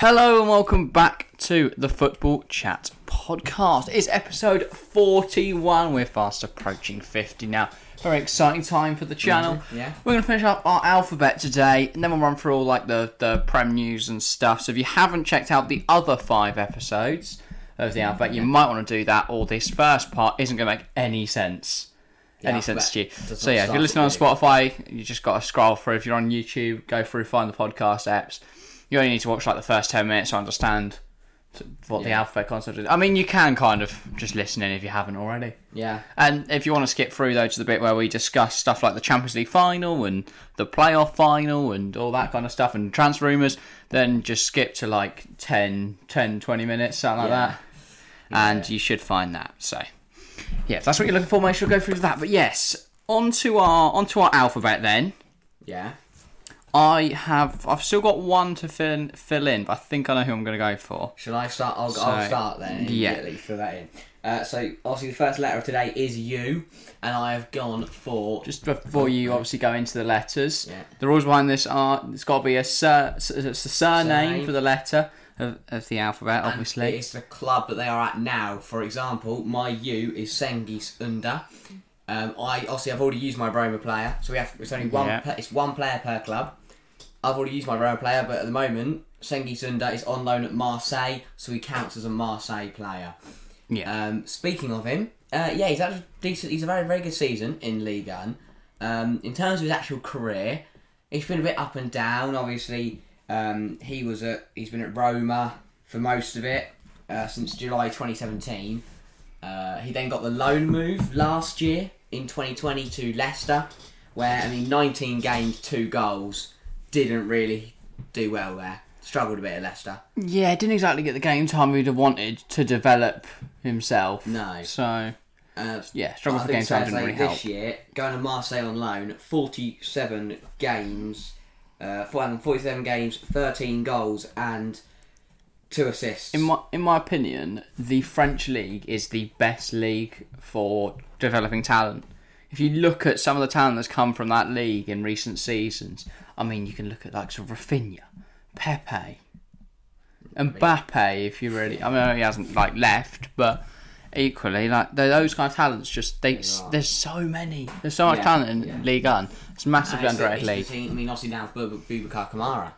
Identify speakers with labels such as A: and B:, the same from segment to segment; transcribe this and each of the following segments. A: Hello and welcome back to the Football Chat podcast. It's episode 41. We're fast approaching 50 now. Very exciting time for the channel.
B: yeah.
A: We're going to finish up our alphabet today and then we'll run through all like the, the Prem news and stuff. So if you haven't checked out the other five episodes of the alphabet, you might want to do that or this first part isn't going to make any sense. any sense to you.
B: alphabet does
A: So
B: not
A: yeah, if you're
B: start
A: listening on
B: with
A: Spotify, you just got to scroll through. If you're on YouTube, go through, find the podcast apps. You only need to watch like the first ten minutes to understand t- what the
B: Yeah.
A: alphabet concept is. I mean, you can kind of just listen in if you haven't already.
B: Yeah.
A: And if you want to skip through though to the bit where we discuss stuff like the Champions League final and the playoff final and all that kind of stuff and transfer rumours, then just skip to like 10, 10 20 minutes, something like
B: Yeah.
A: that. And you should find that. So yeah, if that's what you're looking for, make sure you go through that. But yes, onto our onto our alphabet then.
B: Yeah.
A: I have I've still got one to fill fill in, but I think I know who I'm gonna go for.
B: Shall I start? I'll,
A: So,
B: I'll start then.
A: yeah.
B: Immediately fill that in. Uh, so obviously the first letter of today is U, and I have gone for
A: just before you obviously go into the letters,
B: Yeah.
A: the rules behind this are it's got to be a sur- it's a surname,
B: Surname.
A: for the letter of, of the alphabet, obviously.
B: It's the club that they are at now. For example, my U is Sengis Under. Um, I obviously I've already used my Roma player, so we have it's only one.
A: Yeah.
B: pla- it's one player per club. I've already used my Roma player, but at the moment Sengis Under is on loan at Marseille, so he counts as a Marseille player.
A: Yeah,
B: Um, speaking of him, uh, yeah, he's had a decent. He's a very very good season in League One. Um, in terms of his actual career, it's been a bit up and down. Obviously, um, he was at he's been at Roma for most of it uh, since July 2017. Uh, he then got the loan move last year in 2020 to Leicester, where I mean 19 games, two goals, didn't really do well there. Struggled a bit at Leicester.
A: yeah, didn't exactly get the game time we'd have wanted to develop himself.
B: No.
A: so
B: Uh,
A: yeah, struggle
B: I
A: for
B: think
A: game time
B: Saturday
A: didn't really
B: this
A: help.
B: year, going to Marseille on loan, 47 games, uh, 47 games, 13 goals, and two assists.
A: In my in my opinion, the French league is the best league for developing talent. If you look at some of the talent that's come from that league in recent seasons, I mean, you can look at like sort of Rafinha, Pepe, Mbappe. If you really, I mean, he hasn't like left, but equally, like they're those kind of talents, just they,
B: are.
A: there's so many, there's so much
B: Yeah,
A: talent in
B: yeah.
A: League One. It's
B: And
A: massively
B: it's the-
A: underrated
B: it's the
A: league.
B: team- I mean, obviously now Bu- Bu- Bubakar Kamara,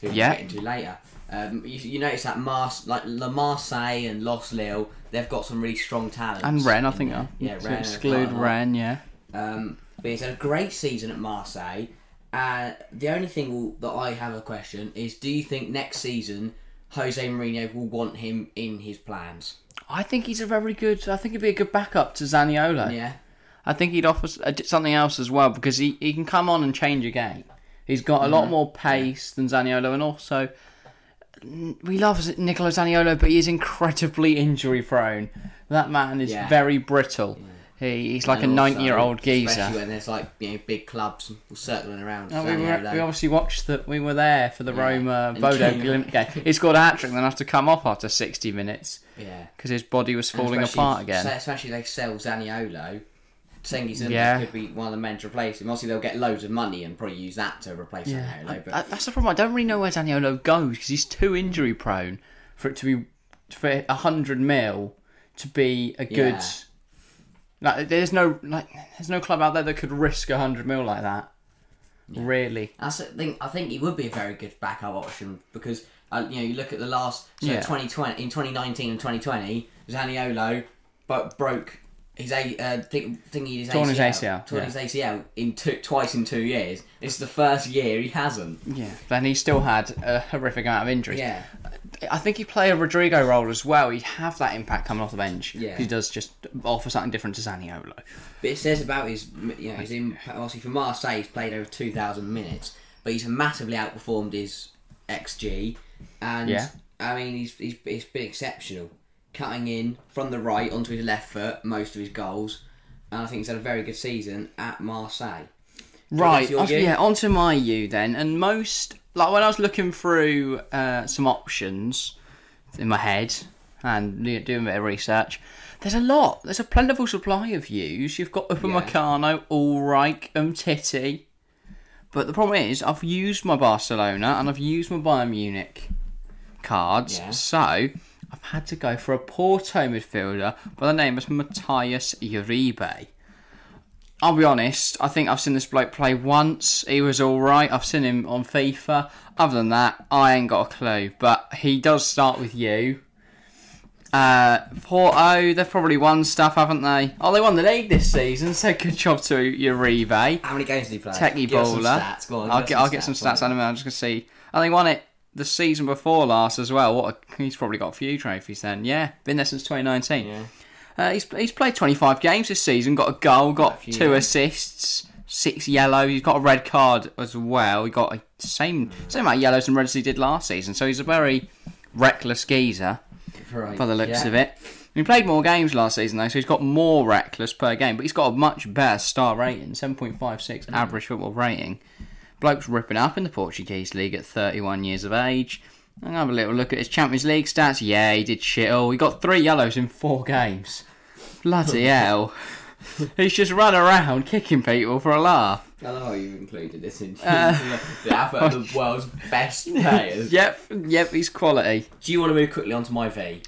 B: who we'll
A: Yeah.
B: get into later. Um, you, you notice that Mars, like La Marseille and Los Lille, they've got some really strong talents.
A: And Ren, I
B: in
A: think,
B: there.
A: uh,
B: yeah,
A: to
B: Ren,
A: exclude
B: Ren.
A: Ren, yeah.
B: Um, but he's had a great season at Marseille. Uh, the only thing will, that I have a question is: Do you think next season Jose Mourinho will want him in his plans?
A: I think he's a very good. I think he'd be a good backup to Zaniolo.
B: Yeah,
A: I think he'd offer s- uh, something else as well because he, he can come on and change a game. He's got a lot more pace than Zaniolo, and also n- we love Nicola Zaniolo, but he is incredibly injury prone. That man is
B: Yeah.
A: very brittle. He, he's like
B: And
A: a
B: also,
A: ninety-year-old geezer.
B: Especially when there's like you know big clubs circling around.
A: And we, were,
B: Zaniolo.
A: we obviously watched that. We were there for the Roma
B: And
A: Bodo
B: Keane.
A: Glim- game. He scored a hat trick, then had to come off after sixty minutes
B: yeah,
A: because his body was
B: And
A: falling
B: especially
A: apart
B: if-
A: again.
B: se- Especially if they sell Zaniolo. Sengi's
A: Yeah.
B: could be one of the men to replace him. Obviously, they'll get loads of money and probably use that to replace Zaniolo. But
A: That- that's the problem. I don't really know where Daniello goes because he's too injury prone for it to be for a hundred mil to be a good.
B: Yeah.
A: Like, there's no like, there's no club out there that could risk a hundred mil like that. Really,
B: That's the thing. I think he would be a very good backup option because uh, you know you look at the last so
A: Yeah.
B: 2020 in 2019 and 2020 Zaniolo but broke his a uh, thing, thingy his
A: Torn
B: ACL,
A: his ACL,
B: torn
A: yeah.
B: his ACL in two, twice in two years. This is the first year he hasn't.
A: yeah. Then he still had a horrific amount of injuries.
B: Yeah,
A: I think he'd play a Rodrigo role as well. He'd have that impact coming off the bench.
B: Yeah.
A: he does just offer something different to Zaniolo.
B: but it says about his you know his impact. Obviously for Marseille he's played over 2,000 minutes, but he's massively outperformed his xG, and
A: Yeah.
B: I mean he's he's, he's been exceptional. cutting in from the right onto his left foot, most of his goals. And I think he's had a very good season at Marseille.
A: Right,
B: That's your
A: onto-
B: U.
A: yeah, onto my U then. And most, like when I was looking through uh, some options in my head and do- doing a bit of research, there's a lot. There's a plentiful supply of U's. You've got Upamecano, Ulreich, Umtiti. But the problem is, I've used my Barcelona and I've used my Bayern Munich. cards.
B: Yeah.
A: So I've had to go for a Porto midfielder by the name of Matthias Uribe. I'll be honest, I think I've seen this bloke play once. He was alright. I've seen him on FIFA. Other than that, I ain't got a clue. But he does start with you. Uh, Porto, they've probably won stuff, haven't they? Oh, they won the league this season, so good job to Uribe.
B: How many games did he play?
A: Techie
B: Give us some
A: bowler.
B: stats. Go on,
A: I'll
B: give
A: get
B: us
A: I'll get some stats
B: go on.
A: out of him. I'm just gonna see. And they won it the season before last as well. What a, he's probably got a few trophies then. Yeah, been there since 2019.
B: Yeah.
A: Uh, he's he's played 25 games this season. Got a goal. Got
B: few,
A: two
B: yeah.
A: assists. Six yellow. He's got a red card as well. He got a same same amount of yellows and reds as he did last season. So he's a very reckless geezer
B: Right,
A: by the looks
B: yeah.
A: of it. He played more games last season though, so he's got more reckless per game, but he's got a much better star rating, 7.56
B: Mm.
A: average football rating. Bloke's ripping up in the Portuguese league at 31 years of age. I'm gonna have a little look at his Champions League stats. Yeah, he did shit all. He got three yellows in four games. Bloody hell. He's just run around kicking people for a laugh.
B: I love how you included this in
A: Uh,
B: the advert of the world's best players.
A: Yep, yep, he's quality.
B: Do you want to move quickly on to my V?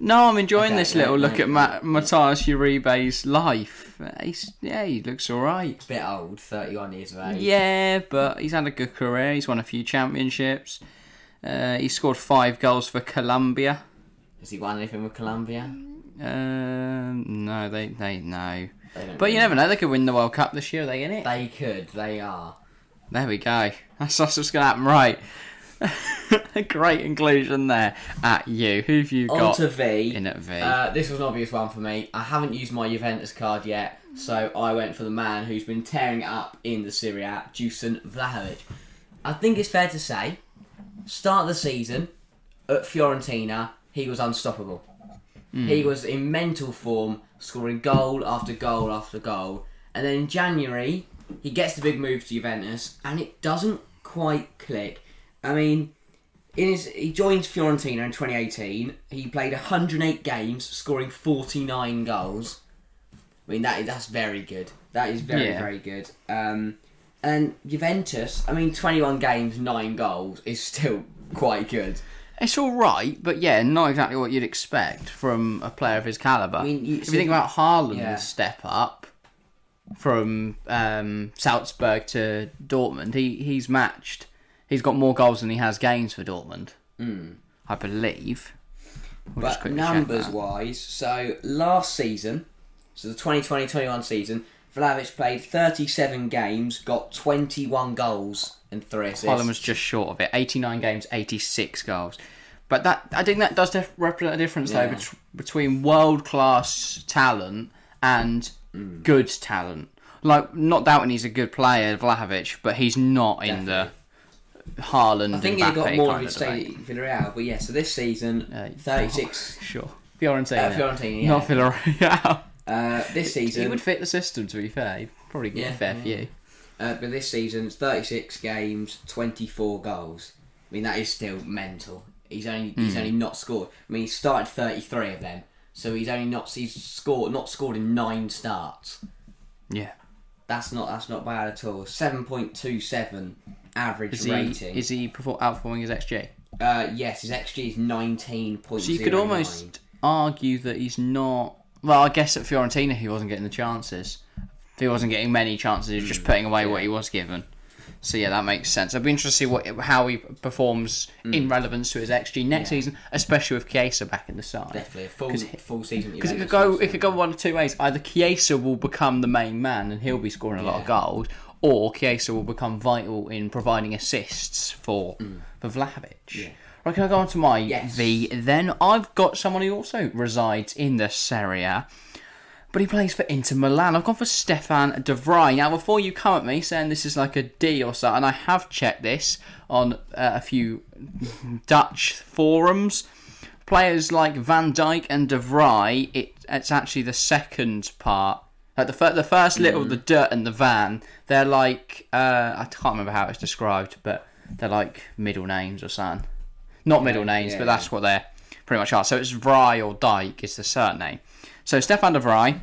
A: No, I'm enjoying
B: Okay,
A: this
B: yeah,
A: little look
B: yeah,
A: at Ma- Matthias Uribe's life. He's, yeah, he looks alright.
B: Bit old, 31 years of age.
A: Yeah, but he's had a good career. He's won a few championships. Uh, he scored five goals for Colombia.
B: Has he won anything with Colombia?
A: Um, no, they they no.
B: They don't
A: But you
B: really-
A: never know. They could win the World Cup this year. Are they in it?
B: They could, they are.
A: There we go. That's, that's what's gonna happen, right? Great inclusion there at you. Who've you
B: On
A: got
B: to V.
A: in at V?
B: Uh, this was an obvious one for me. I haven't used my Juventus card yet, so I went for the man who's been tearing it up in the Serie A, Dusan Vlahovic. I think it's fair to say, start of the season at Fiorentina, he was unstoppable. He was in mental form, scoring goal after goal after goal. And then in January, he gets the big move to Juventus, and it doesn't quite click. I mean, in his, he joined Fiorentina in 2018. He played 108 games, scoring 49 goals. I mean, that is, that's very good. That is very,
A: Yeah.
B: very good. Um, and Juventus, I mean, 21 games, 9 goals is still quite good.
A: It's all right, but yeah, not exactly what you'd expect from a player of his caliber.
B: mean, you-
A: if you think about Haaland's
B: Yeah.
A: step up from um, Salzburg to Dortmund, he he's matched. He's got more goals than he has games for Dortmund, mm. I believe. We'll just
B: Hmm. But
A: quickly check
B: numbers
A: that.
B: wise, so last season, so the 2020 21 season, Vlahovic played 37 games, got 21 goals and 3 assists.
A: Haaland was just short of it. Eighty-nine games, eighty-six goals. But that I think that does def- represent a difference
B: Yeah.
A: though bet- between world-class talent and
B: Mm.
A: good talent. Like, not doubting he's a good player, Vlahovic, but he's not in the Haaland.
B: I think he
A: Mbappe
B: got more of
A: kind
B: his
A: debate.
B: stay at Villarreal, but yeah, so this season, 36.
A: Sure, Fiorentina,
B: Uh, Fiorentina, yeah.
A: not Villarreal.
B: Uh, this
A: he
B: season,
A: would fit the system. To be fair, he'd probably get
B: Yeah, Mm.
A: a fair
B: yeah.
A: few.
B: uh, but this season, 36 games, 24 goals. I mean, that is still mental. He's only
A: Hmm.
B: he's only not scored. I mean, he started 33 of them, so he's only not he's scored not scored in nine starts.
A: Yeah.
B: That's not that's not bad at all. Seven point two seven average
A: Is he
B: rating.
A: is he perfor- outperforming his XG?
B: uh, yes, his XG is nineteen point.
A: So you could almost argue that he's not. Well, I guess at Fiorentina he wasn't getting the chances. He wasn't getting many chances. He was just putting away what he was given. So yeah, that makes sense. I'd be interested to see what how he performs in relevance to his XG next season, especially with Chiesa back in the side.
B: definitely a full
A: 'Cause
B: full season.
A: Because it could go, it could go one of two ways. Either Chiesa will become the main man and he'll be scoring a lot of
B: Yeah.
A: goals, or Chiesa will become vital in providing assists for for Vlahovic. Right, can I go on to my
B: Mm. Yes.
A: V? Then I've got someone who also resides in the Serie, A, but he plays for Inter Milan. I've gone for Stefan De Vrij. Now, before you come at me saying this is like a D or so, and I have checked this on uh, a few Dutch forums. Players like Van Dijk and De Vrij, it, it's actually the second part. Like the, fir- the first
B: Hmm.
A: little, the dirt and the van, they're like, uh, I can't remember how it's described, but they're like middle names or something. Not middle names,
B: yeah,
A: but that's what they're pretty much are. So it's Vry or Dyke is the surname. So Stefan De Vrij,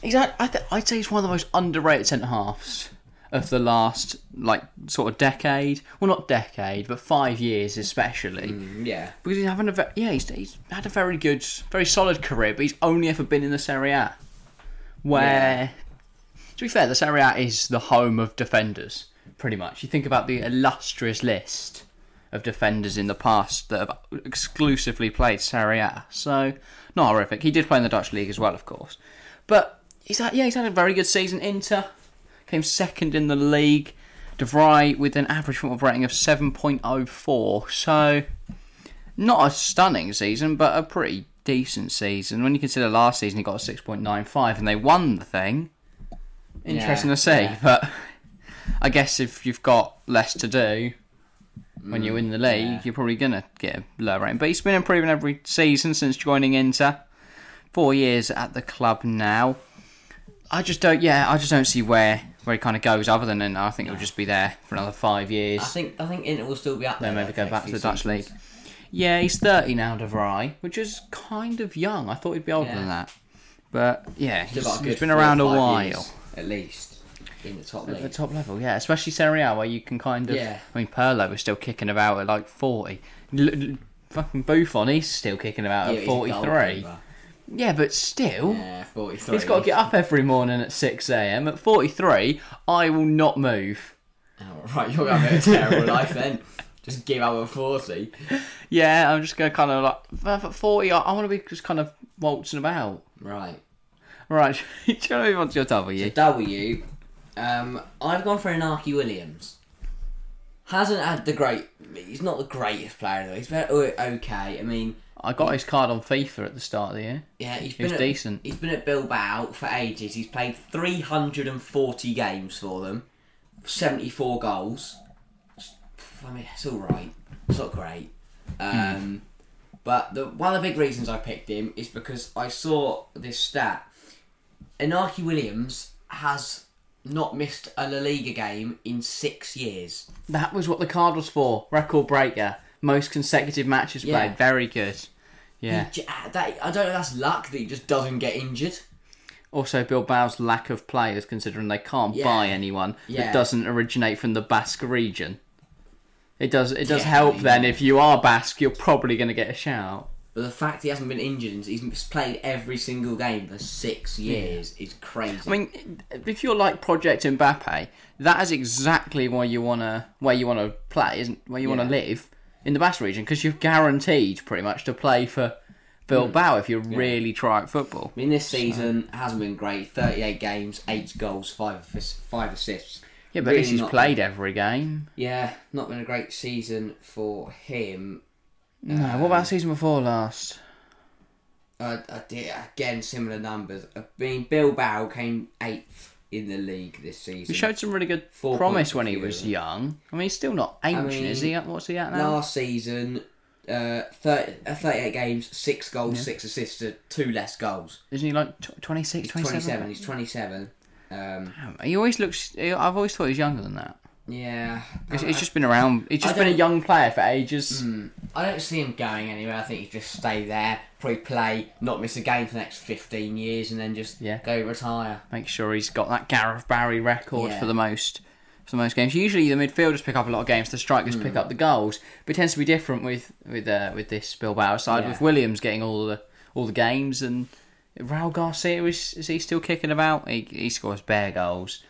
A: He's, act- I th- I'd say he's one of the most underrated centre halves of the last like sort of decade. Well, not decade, but five years especially.
B: Mm, yeah.
A: Because he's having a ve- yeah, he's, he's had a very good, very solid career, but he's only ever been in the Serie A, where to be fair, the Serie A is the home of defenders. Pretty much, you think about the illustrious list of defenders in the past that have exclusively played Serie A. So not horrific. He did play in the Dutch league as well, of course, but he's had, yeah, he's had a very good season. Inter came second in the league. De Vrij with an average football rating of seven point oh four. So not a stunning season, but a pretty decent season. When you consider last season, he got a 6.95 and they won the thing. Interesting
B: Yeah,
A: to see,
B: yeah.
A: but I guess if you've got less to do when you win the league,
B: Mm, yeah.
A: you're probably going to get a lower rating. But he's been improving every season since joining Inter. Four years at the club now. I just don't, yeah, I just don't see where where he kind of goes other than, and I think he'll just be there for another five years
B: I think I think Inter will still be up there.
A: then maybe
B: over
A: go
B: next
A: back to
B: few
A: the Dutch league.
B: seasons.
A: Yeah, he's 30 now, De Vrij, which is kind of young. I thought he'd be older
B: Yeah.
A: than that. But yeah,
B: Still
A: he's,
B: got a
A: he's
B: good
A: been
B: four or
A: around a
B: five
A: while.
B: years, at least in the top
A: At the
B: league.
A: top level, yeah, especially Serie A, where you can kind of.
B: Yeah.
A: I mean, Perlo is still kicking about at like 40. L- l- fucking Buffon, he's still kicking about
B: Yeah,
A: at
B: he's a
A: 43.
B: goalkeeper.
A: Yeah, but still.
B: Yeah, 43.
A: He's got to get up every morning at 6 a.m. At 43, I will not move.
B: Oh, right, you're going to have a terrible life then. Just give up at 40.
A: Yeah, I'm just going to kind of like. At 40, I, I want to be just kind of waltzing about.
B: Right.
A: Right, do you want to move on to your W?
B: W. Um, I've gone for Anarchy Williams. Hasn't had the great. He's not the greatest player though. He's very o- okay. I mean,
A: I got his card on FIFA at the start of the year.
B: yeah, he's been
A: He's
B: at,
A: decent.
B: He's been at Bilbao for ages. He's played 340 games for them, 74 goals. I mean, it's all right. It's not great. Um, But the, one of the big reasons I picked him is because I saw this stat. Inaki Williams has not missed a La Liga game in six years.
A: That was what the card was for. Record breaker, most consecutive matches
B: Yeah.
A: played. Very good. Yeah.
B: J- That, I don't know. if That's luck that he just doesn't get injured.
A: Also, Bilbao's lack of players, considering they can't
B: Yeah.
A: buy anyone
B: Yeah.
A: that doesn't originate from the Basque region. It does. It does
B: Yeah,
A: help
B: I
A: then. If you are Basque, you're probably going to get a shout.
B: But the fact he hasn't been injured, and he's played every single game for six years, is crazy.
A: I mean, if you're like Project Mbappe, that is exactly where you wanna where you wanna play, isn't where you wanna
B: Yeah.
A: live in the Basque region because you're guaranteed pretty much to play for Bilbao
B: Mm.
A: if you really try at football.
B: I mean, this season hasn't been great. Thirty-eight games, eight goals, five assists, five assists.
A: Yeah, but at
B: Really
A: least he's
B: not-
A: played every game.
B: Yeah, not been a great season for him.
A: No, Uh, what about season before last?
B: Uh, I did, again, similar numbers. I mean, Bilbao came eighth in the league this season.
A: He showed some really good
B: Four
A: promise
B: points
A: when he
B: for you.
A: was young. I mean, he's still not ancient, is he? What's he at now?
B: Last season, uh, 30, uh, 38 games, six goals, six assists, uh, two less goals.
A: Isn't he like tw- 26, 27?
B: 27, he's 27. Um,
A: Damn, He always looks. he- I've always thought he's younger than that.
B: yeah.
A: It's, it's just been around. He's just
B: I
A: been a
B: don't-
A: young player for ages.
B: Mm. I don't see him going anywhere. I think he'd just stay there, probably play, not miss a game for the next 15 years, and then just
A: Yeah.
B: go retire.
A: make sure he's got that Gareth Barry record
B: Yeah.
A: for the most for the most games. Usually the midfielders pick up a lot of games, the strikers pick
B: Hmm.
A: up the goals, but it tends to be different with with uh, with this Bilbao side
B: Yeah.
A: with Williams getting all the all the games and Raul Garcia is is he still kicking about? He, he scores bare goals.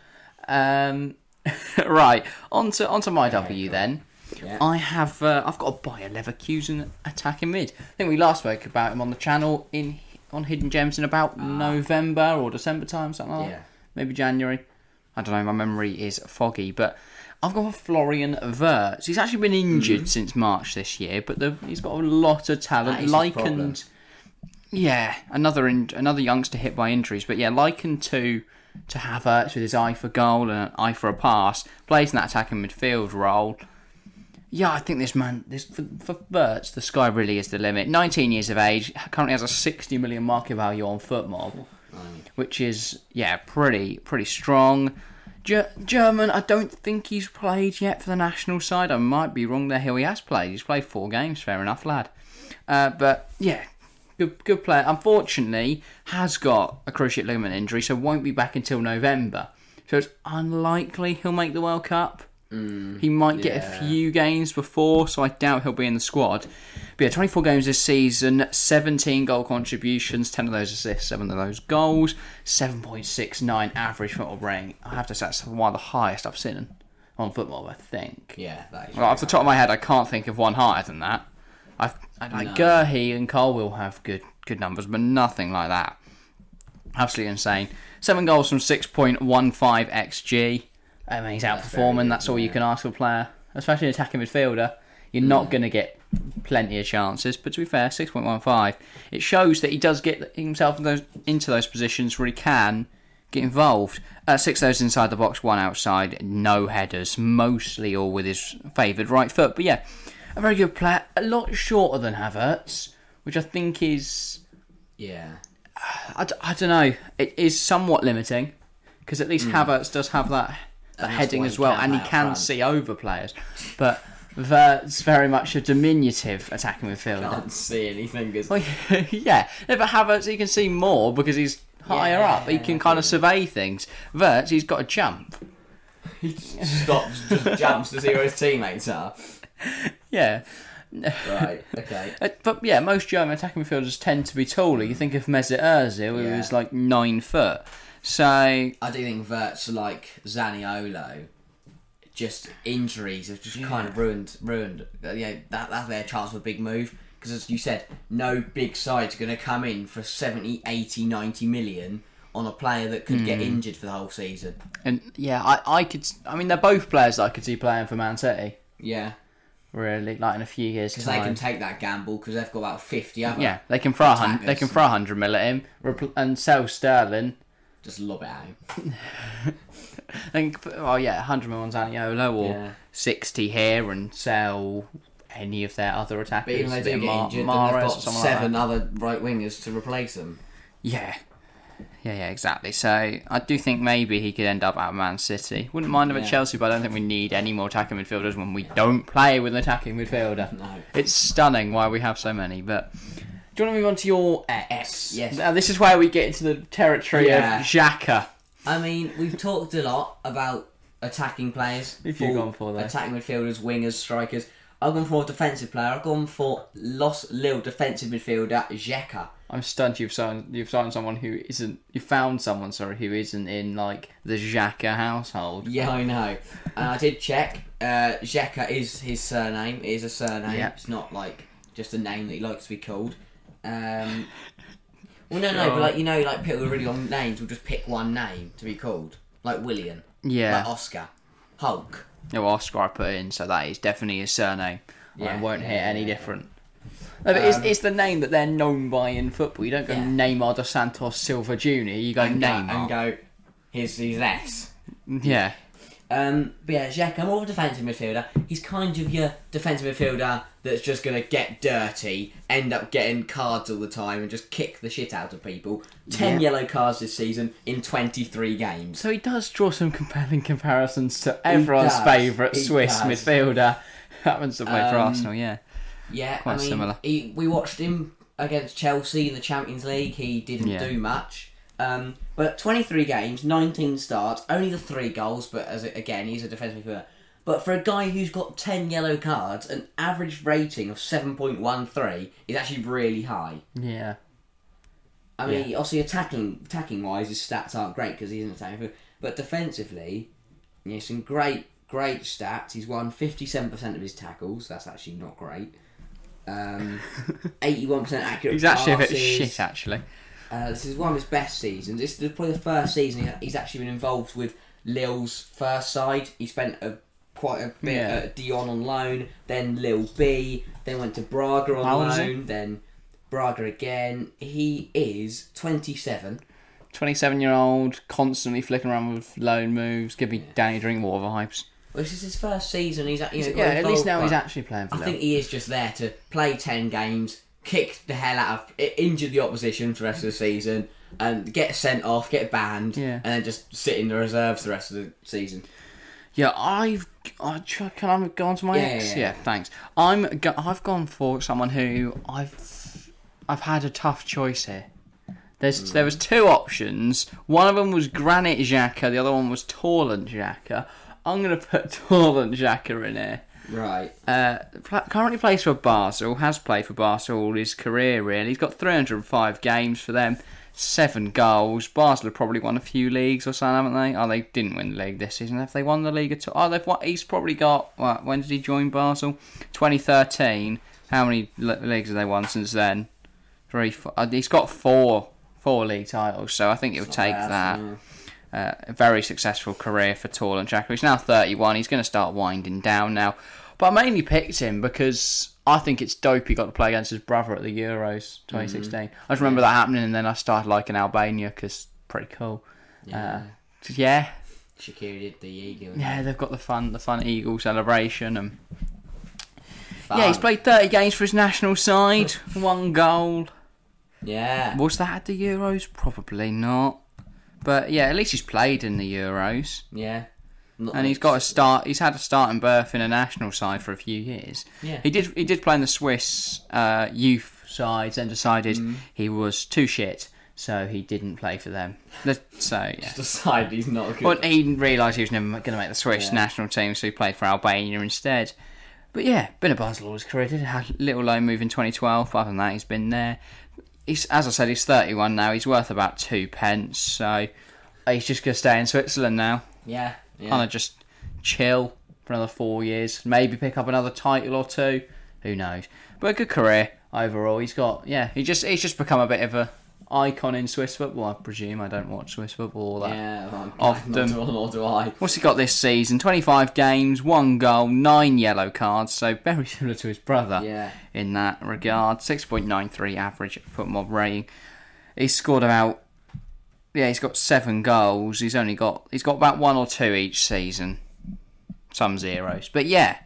A: Um, right onto onto my W then.
B: Yeah.
A: I have uh, I've got to buy a Leverkusen attacking mid. I think we last spoke about him on the channel in on Hidden Gems in about November or December time, something like
B: Ah. Yeah.
A: that. Maybe January. I don't know. My memory is foggy, but I've got Florian Wirtz. He's actually been
B: Mm.
A: injured since March this year, but the, he's got a lot of
B: That
A: talent.
B: is his problem.
A: likened, yeah, another in, another youngster hit by injuries, but yeah, likened to to Havertz with his eye for goal and an eye for a pass, plays in that attacking midfield role. Yeah, I think this man, this for, for Verts, the sky really is the limit. 19 years of age, currently has a 60 million market value on FootMob, which is yeah, pretty pretty strong. Ger- German, I don't think he's played yet for the national side. I might be wrong there. Here he has played. He's played four games. Fair enough, lad. Uh, but yeah, good good player. Unfortunately, has got a cruciate ligament injury, so won't be back until November. so it's unlikely he'll make the World Cup. he might get
B: yeah.
A: a few games before, so I doubt he'll be in the squad. But yeah, 24 games this season, 17 goal contributions, 10 of those assists, 7 of those goals, 7.69 average football rating. I have to say, that's one of the highest I've seen on football, I think.
B: Yeah, that is.
A: Well, off the top of my head, I can't think of one higher than that. I've, I like Gurhey and Cole will have good good numbers, but nothing like that. Absolutely insane. Seven goals from six point one five xg. I mean, he's outperforming.
B: good,
A: That's all you can ask for a player, especially an attacking midfielder. You're not going to get plenty of chances, but to be fair, six point one five. It shows that he does get himself in those, into those positions where he can get involved. Uh, six of those inside the box, one outside, no headers, mostly all with his favoured right foot. But yeah, a very good player, a lot shorter than Havertz, which I think is
B: yeah.
A: I, don't know. It is somewhat limiting because at least
B: Hmm.
A: Havertz does have that the
B: that's
A: heading
B: why
A: as
B: he
A: well,
B: can
A: and he
B: play up
A: can
B: front.
A: see over players. But Vert's very much a diminutive attacking midfielder.
B: Can't see anything. 'cause-
A: Well, yeah, no, but Havertz he can see more because he's higher
B: Yeah,
A: up. He can kind of survey things. Vert's he's got to jump.
B: he just stops, just jumps to see where his teammates are.
A: Yeah,
B: Right. Okay.
A: Uh, but yeah, most German attacking midfielders tend to be taller. You think of Mesut Ozil, who
B: Yeah.
A: is like nine foot. So
B: I do think Verts like Zaniolo, just injuries have just kind of ruined ruined. uh, You know, that that's their chance for a big move because as you said, no big side's going to come in for 70, 80, 90 million on a player that could get injured for the whole season.
A: And yeah, I, I could. I mean, they're both players that I could see playing for Man City.
B: Yeah,
A: Really, like in a few years
B: because they
A: time.
B: can take that gamble because they've got about fifty other.
A: yeah, they can throw a hun- they
B: Attackers.
A: can throw a hundred mil at him repl- and sell Sterling.
B: just lob it out.
A: They can put- oh yeah, hundred mil on Zaniolo or
B: Yeah.
A: sixty here and sell any of their other
B: But
A: attackers.
B: even if they do
A: be it
B: get
A: Ma-
B: injured, then they've
A: Mahrez or
B: got
A: someone like that.
B: seven other right wingers to replace them.
A: Yeah. Yeah, yeah, exactly. So I do think maybe he could end up at Man City. Wouldn't mind him at
B: Yeah.
A: Chelsea, but I don't think we need any more attacking midfielders when we don't play with an attacking midfielder.
B: No.
A: It's stunning why we have so many, but do you want to move on to your ex?
B: Ex, yes.
A: Now this is where we get into the territory
B: Yeah.
A: of Xhaka.
B: I mean, we've talked a lot about attacking players.
A: If you've gone for that.
B: Attacking midfielders, wingers, strikers. I've gone for a defensive player. I've gone for Los Lille defensive midfielder, Xhaka.
A: I'm stunned you've signed you've signed someone who isn't you found someone, sorry, who isn't in like the Xhaka household.
B: Yeah, I know. And I did check. Uh, Xhaka is his surname. It is a surname.
A: Yeah.
B: It's not like just a name that he likes to be called. Um, well, no, no, but
A: Sure.
B: like, you know, like people with really long names will just pick one name to be called. Like William.
A: Yeah.
B: Like oh. Oscar. Hulk.
A: No Oscar I put in, so that is definitely his surname. I
B: Yeah,
A: won't
B: yeah,
A: hear any
B: yeah, yeah.
A: different. No, but it's, it's the name that they're known by in football. You don't go
B: Yeah.
A: Neymar dos Santos Silva Jr. You go
B: And go-
A: Neymar.
B: And go, here's his S.
A: yeah,
B: Um, but yeah, Xhaka, more of a defensive midfielder. He's kind of your defensive midfielder that's just going to get dirty, end up getting cards all the time, and just kick the shit out of people. 10
A: Yeah.
B: yellow cards this season in 23 games.
A: so he does draw some compelling comparisons to everyone's
B: does.
A: favourite
B: He
A: Swiss
B: does.
A: midfielder. Happens to play for
B: Um,
A: Arsenal, yeah.
B: Yeah,
A: Quite
B: I mean,
A: similar.
B: He, we watched him against Chelsea in the Champions League. He didn't
A: Yeah.
B: do much. Um, but 23 games, 19 starts, only the three goals. But as a- again, he's a defensive midfielder. But for a guy who's got 10 yellow cards, an average rating of 7.13 is actually really high.
A: Yeah.
B: I mean, obviously attacking attacking wise, his stats aren't great because he isn't attacking. But defensively, you know, some great great stats. He's won fifty seven percent of his tackles. That's actually not great. Um, eighty one percent accurate.
A: He's actually a bit
B: passes.
A: shit, actually.
B: Uh, this is one of his best seasons. This is probably the first season he- he's actually been involved with Lille's first side. He spent a quite a bit
A: Yeah.
B: at Dion on loan, then Lille B, then went to Braga on
A: How old is he?
B: loan, then Braga again. He is 27.
A: 27 year old, constantly flicking around with loan moves. Could be Danny Drinkwater vibes.
B: Well, this is his first season. He's you know, got
A: Yeah, at least
B: involved,
A: now he's
B: but
A: actually playing for
B: I
A: them.
B: think he is just there to play ten games, kick the hell out of, i- injure the opposition for the rest of the season, and get sent off, get banned,
A: Yeah.
B: and then just sit in the reserves the rest of the season.
A: Yeah, I've I tr- can I go on to my
B: Yeah,
A: ex?
B: yeah,
A: Yeah,
B: yeah.
A: thanks. I'm go- I've gone for someone who I've I've had a tough choice here. There's
B: Hmm.
A: there was two options. One of them was Granite Xhaka. The other one was Torland Xhaka. I'm gonna put Torland Xhaka in here.
B: Right.
A: Uh, pl- currently plays for Basel, has played for Basel all his career, really. He's got 305 games for them, seven goals. Basel have probably won a few leagues or something, haven't they? Oh, they didn't win the league this season. Have they won the league at all? Oh, they've won. He's probably got. What, when did he join Basel? 2013. How many le- leagues have they won since then? Three. Four, uh, he's got four four league titles, so I think it would take
B: Bad,
A: that
B: yeah.
A: uh, a very successful career for Tall and Jacker. He's now 31. He's going to start winding down now. But I mainly picked him because I think it's dope he got to play against his brother at the Euros 2016. I just remember that happening, and then I started liking Albania because pretty cool. Yeah. Uh, yeah,
B: Shakiri did the eagle.
A: yeah, they've got the fun, the fun eagle celebration, and
B: Fun.
A: yeah, he's played 30 games for his national side, one goal.
B: Yeah.
A: Was that at the Euros? Probably not. But yeah, at least he's played in the Euros.
B: Yeah. Not
A: and he's
B: much.
A: got a start. He's had a starting berth in a national side for a few years.
B: Yeah.
A: He did. He did play in the Swiss uh, youth sides and decided
B: Mm.
A: he was too shit, so he didn't play for them. The- So yeah.
B: Decide he's not good.
A: Well, he didn't realise he was never going to make the Swiss
B: Yeah.
A: national team, so he played for Albania instead. But yeah, been at Basel all his career. Did have a little low move in 2012. But other than that, he's been there. He's, as I said, he's 31 now. He's worth about two pence. So he's just going to stay in Switzerland now
B: yeah. Yeah.
A: kind of just chill for another four years, maybe pick up another title or two. Who knows? But a good career overall. He's got yeah. He just he's just become a bit of a icon in Swiss football. I presume I don't watch Swiss football all that.
B: yeah. Well,
A: Often.
B: Nor do, nor do I.
A: What's he got this season? Twenty-five games, one goal, nine yellow cards. So very similar to his brother
B: Yeah.
A: in that regard. Six point nine three average footmob rating. He's scored about yeah, he's got seven goals. He's only got he's got about one or two each season. Some zeros. But yeah.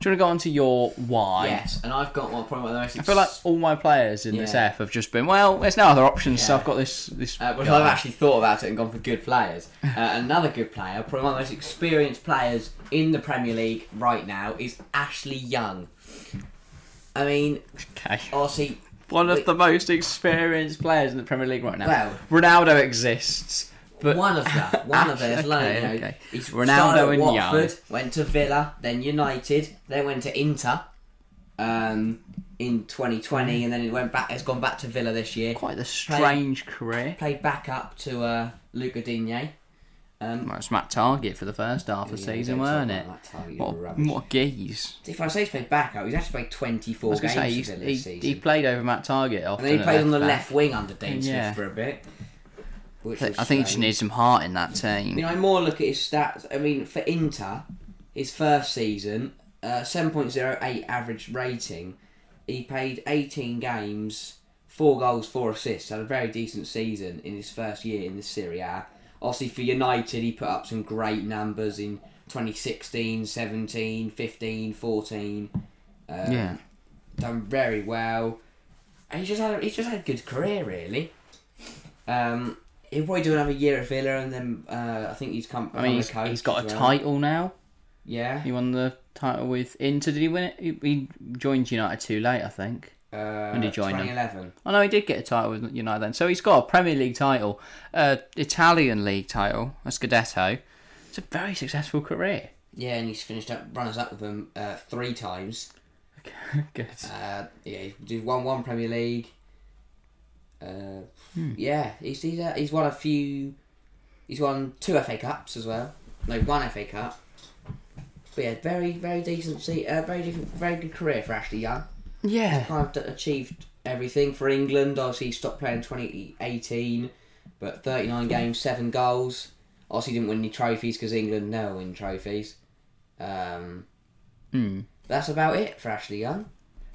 A: Do you want to go on to your why?
B: Yes. And I've got one probably one of the most.
A: I feel like all my players in this
B: Yeah.
A: F have just been well, there's no other options, so
B: Yeah.
A: I've got this this
B: Uh, which
A: guy.
B: I've actually thought about it and gone for good players. Uh, another good player, probably one of the most experienced players in the Premier League right now, is Ashley Young. I mean,
A: Okay.
B: obviously,
A: One of the most experienced players in the Premier League right now.
B: Well-
A: Ronaldo exists. But
B: one of them, one of those.
A: Okay,
B: alone, you know,
A: okay.
B: He's
A: Ronaldo
B: started at
A: and Young.
B: Watford, went to Villa, then United, then went to Inter um, in 2020, and then he went back. Has gone back to Villa this year.
A: quite the strange career.
B: Played back up to uh, Luca Digne. Um,
A: Well, it's Matt Target for the first half of the
B: yeah,
A: season,
B: don't talk
A: weren't it?
B: about that target,
A: What,
B: you're rubbish.
A: what geese?
B: If I say he's played back up, he's actually played 24
A: I was
B: games
A: going to say, he's,
B: for Villa
A: he,
B: this season.
A: he played over Matt Target often.
B: and then he
A: at
B: played on the
A: back.
B: left wing under Dean
A: Yeah.
B: Smith for a bit. Which was
A: I think he just
B: strange.
A: needs some heart in that team.
B: I mean, I more look at his stats. I mean, for Inter, his first season, uh, 7.08 average rating. He played 18 games, four goals, four assists. Had a very decent season in his first year in the Serie A. Obviously, for United, he put up some great numbers in 2016, 17, 15, 14. Um,
A: yeah.
B: done very well. And he's just had a, he's just had a good career really. Um, he'll probably do another year at Villa, and then uh, I think he's come.
A: I mean,
B: become
A: he's,
B: coach
A: he's got a
B: as well.
A: title now.
B: Yeah.
A: He won the title with Inter. Did he win it? He, he joined United too late, I think.
B: Uh,
A: he joined them.
B: 2011.
A: Oh no, he did get a title with United then. So he's got a Premier League title, a Italian league title, a Scudetto. It's a very successful career.
B: Yeah, and he's finished up runners up with them uh, three times.
A: Good.
B: Uh, yeah, he did one one Premier League. Uh, Yeah, he's he's, uh, he's won a few. He's won two FA Cups as well. No, one FA Cup. But yeah, very very decent. See, uh, very different, very good career for Ashley Young.
A: Yeah.
B: Kind of d- achieved everything for England. Obviously, he stopped playing in 2018, but 39 games, seven goals. Obviously, didn't win any trophies because England never win trophies. Um,
A: Hmm.
B: that's about it for Ashley Young.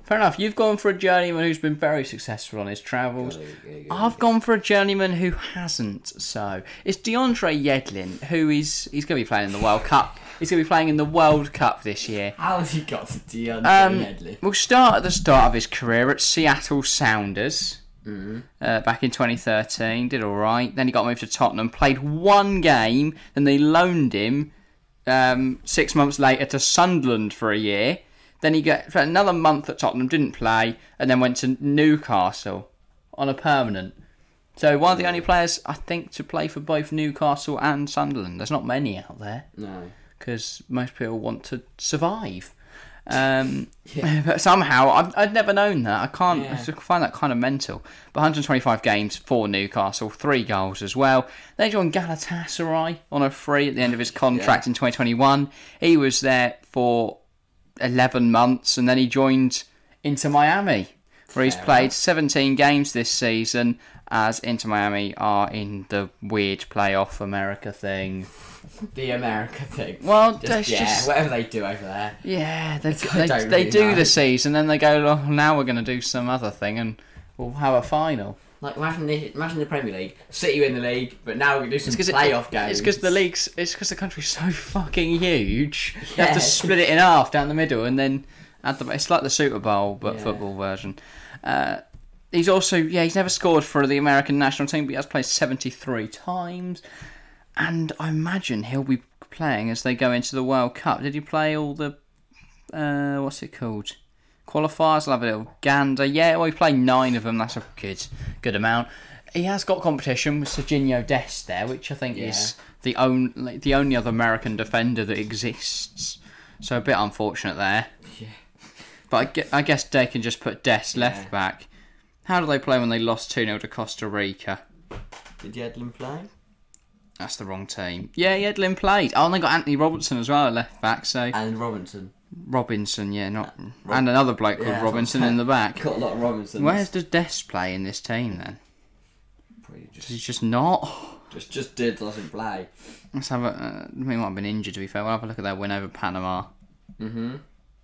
A: Fair enough. You've gone for a journeyman who's been very successful on his travels.
B: I've
A: I've gone for a journeyman who hasn't. So it's DeAndre Yedlin, who is he's going to be playing in the World Cup. He's going to be playing in the World Cup this year.
B: How has he got to DeAndre
A: Um,
B: Yedlin?
A: we'll start at the start of his career at Seattle Sounders. Uh, back in 2013, did all right. Then he got moved to Tottenham, played one game, then they loaned him um, six months later to Sunderland for a year. Then he got for another month at Tottenham, didn't play, and then went to Newcastle on a permanent. So one of the only players I think to play for both Newcastle and Sunderland. There's not many out there
B: No.
A: because most people want to survive. Um,
B: Yeah.
A: But somehow I've, I've never known that. I can't
B: Yeah.
A: I just find that kind of mental. But 125 games for Newcastle, three goals as well. They joined Galatasaray on a free at the end of his contract in 2021. He was there for 11 months and then he joined Inter Miami, where he's played 17 games this season. As Inter Miami are in the weird playoff America thing.
B: The America thing.
A: Well,
B: Just,
A: that's
B: yeah,
A: just
B: whatever they do over there.
A: yeah, they they,
B: I
A: they
B: don't really
A: do
B: know.
A: the season, then they go, oh, now we're going to do some other thing, and we'll have a final.
B: Like imagine the imagine the Premier League. City win the league, but now we can do some
A: Because
B: playoff games.
A: It's because the league's, it's because the country's so fucking huge. You have to
B: Yes.
A: split it in half down the middle, and then add the. It's like the Super Bowl, but
B: Yeah.
A: football version. Uh, he's also, yeah, he's never scored for the American national team, but he has played seventy-three times, and I imagine he'll be playing as they go into the World Cup. Did he play all the? Uh, what's it called? qualifiers. I'll have a little gander. Yeah, well, he played nine of them. That's a good, good amount. He has got competition with Serginho Dest there, which I think is the only the only other American defender that exists. So a bit unfortunate there.
B: Yeah.
A: But I gue- I guess they can just put Dest
B: Yeah.
A: left back. How do they play when they lost 2 0 to Costa Rica?
B: Did Yedlin play?
A: That's the wrong team. Yeah, Edlin played. Oh, and they got Anthony Robertson as well at left back. So
B: And Robinson.
A: Robinson, yeah, not and another bloke called
B: Yeah, that's what I'm
A: Robinson in
B: saying.
A: the back.
B: Got a lot of Robinsons.
A: Where does Dest play in this team then?
B: Probably just,
A: He's just not.
B: just just did doesn't play.
A: Let's have a. Uh, he might have been injured. To be fair, we'll have a look at their win over Panama.
B: Mm-hmm.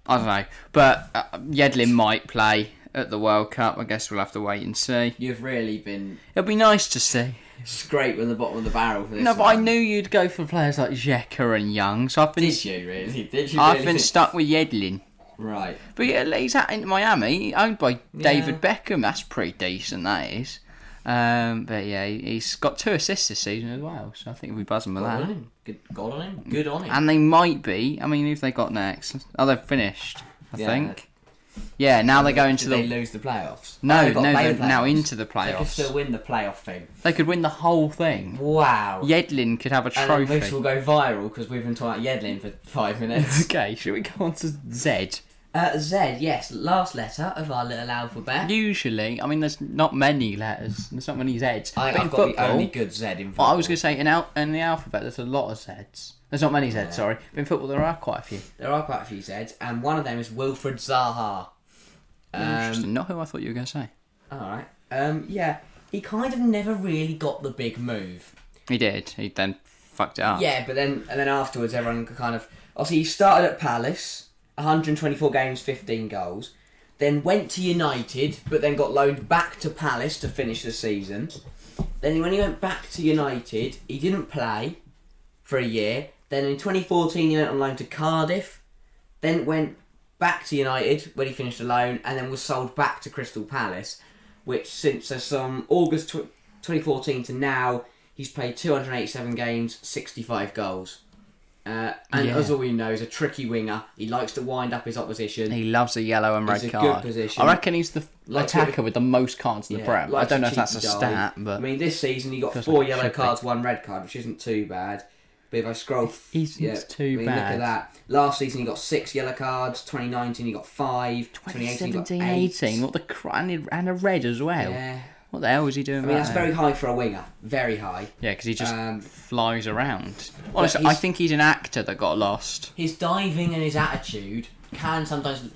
A: I don't know, but uh, Yedlin might play at the World Cup. I guess we'll have to wait and see.
B: You've really been
A: It'll be nice to see.
B: scraping the bottom of the barrel for this.
A: No, but I
B: one.
A: knew you'd go for players like Xhaka and Young, so I've been.
B: Did you really? Did you?
A: I've
B: really
A: been
B: think-
A: stuck with Yedlin,
B: Right.
A: but yeah, he's at in Miami, owned by David Beckham. That's pretty decent, that is. Um, but yeah, he- he's got two assists this season as well, so I think we'll be buzzing with
B: Good
A: that.
B: on him. Good, God on him. Good on him.
A: Mm. And they might be. I mean, who've they got next? Oh, they've finished, I
B: Yeah.
A: think. Yeah, now they go into
B: Did they
A: the.
B: lose the playoffs?
A: No,
B: They got
A: no,
B: play
A: they're
B: the
A: now
B: playoffs.
A: into the
B: They could still
A: playoffs.
B: win the playoff thing.
A: They could win the whole thing.
B: Wow.
A: Yedlin could have a
B: and then this will
A: trophy.
B: go viral because we've been talking about Yedlin for five minutes.
A: Okay, should we go on to Z?
B: uh, Z, yes, last letter of our little alphabet.
A: Usually, I mean, there's not many letters. There's not many Zs.
B: I,
A: but
B: I've
A: in
B: got Oh,
A: football,
B: the only good Z in football.
A: well, I was going to say in, al- in the alphabet, there's a lot of Zs. There's not many Zs, sorry. But in football, there are quite a few.
B: There are quite a few Zs, and one of them is Wilfred Zaha. Um,
A: Interesting. Not who I thought you were going to say.
B: all right. Um, yeah, he kind of never really got the big move.
A: He did. He then fucked it up.
B: Yeah, but then and then afterwards, everyone kind of obviously he started at Palace, 124 games, 15 goals. Then went to United, but then got loaned back to Palace to finish the season. Then when he went back to United, he didn't play for a year. Then in 2014, he went on loan to Cardiff. Then went back to United when he finished the loan, and then was sold back to Crystal Palace, which since uh, some August tw- 2014 to now, he's played 287 games, 65 goals. Uh, and
A: Yeah.
B: as all we know, is a tricky winger. He likes to wind up his opposition.
A: He loves a yellow and red
B: He's a good
A: card.
B: position.
A: I reckon he's the
B: Like
A: attacker
B: to-
A: with the most cards in the
B: Yeah,
A: prem. I
B: likes
A: don't know
B: to
A: if that's a
B: cheat and
A: stat,
B: dive.
A: but
B: I mean, this season he got
A: Feels
B: four
A: like it
B: yellow
A: should be.
B: cards, one red card, which isn't too bad. But if I scroll,
A: Isn't too
B: I mean, Look at
A: bad.
B: that. Last season he got six yellow cards. 2019 he got five. 2018 he got
A: 17,
B: eight.
A: 18, what the cr- and a- and a red as well.
B: Yeah,
A: What the hell is he doing?
B: I mean that's very high for a winger. Very high.
A: yeah, because he just
B: Um,
A: flies around. Honestly, I
B: he's-
A: think he's an actor that got lost.
B: His diving and his attitude can sometimes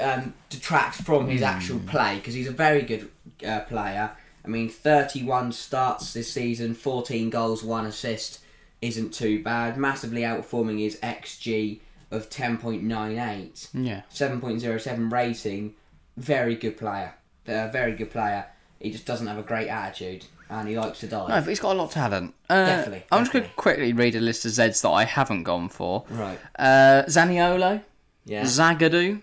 B: um, detract from his actual
A: Hmm.
B: play because he's a very good uh, player. I mean, 31 starts this season, 14 goals, one assist isn't too bad. Massively outperforming his XG of 10.98.
A: Yeah,
B: 7.07 rating, very good player. Uh, very good player. He just doesn't have a great attitude and he likes to dive.
A: no, but he's got a lot of talent. Uh,
B: Definitely,
A: I'm just going to
B: definitely.
A: quickly read a list of Zeds that I haven't gone for.
B: Right.
A: Uh, Zaniolo,
B: Yeah. Mm.
A: Zagadou,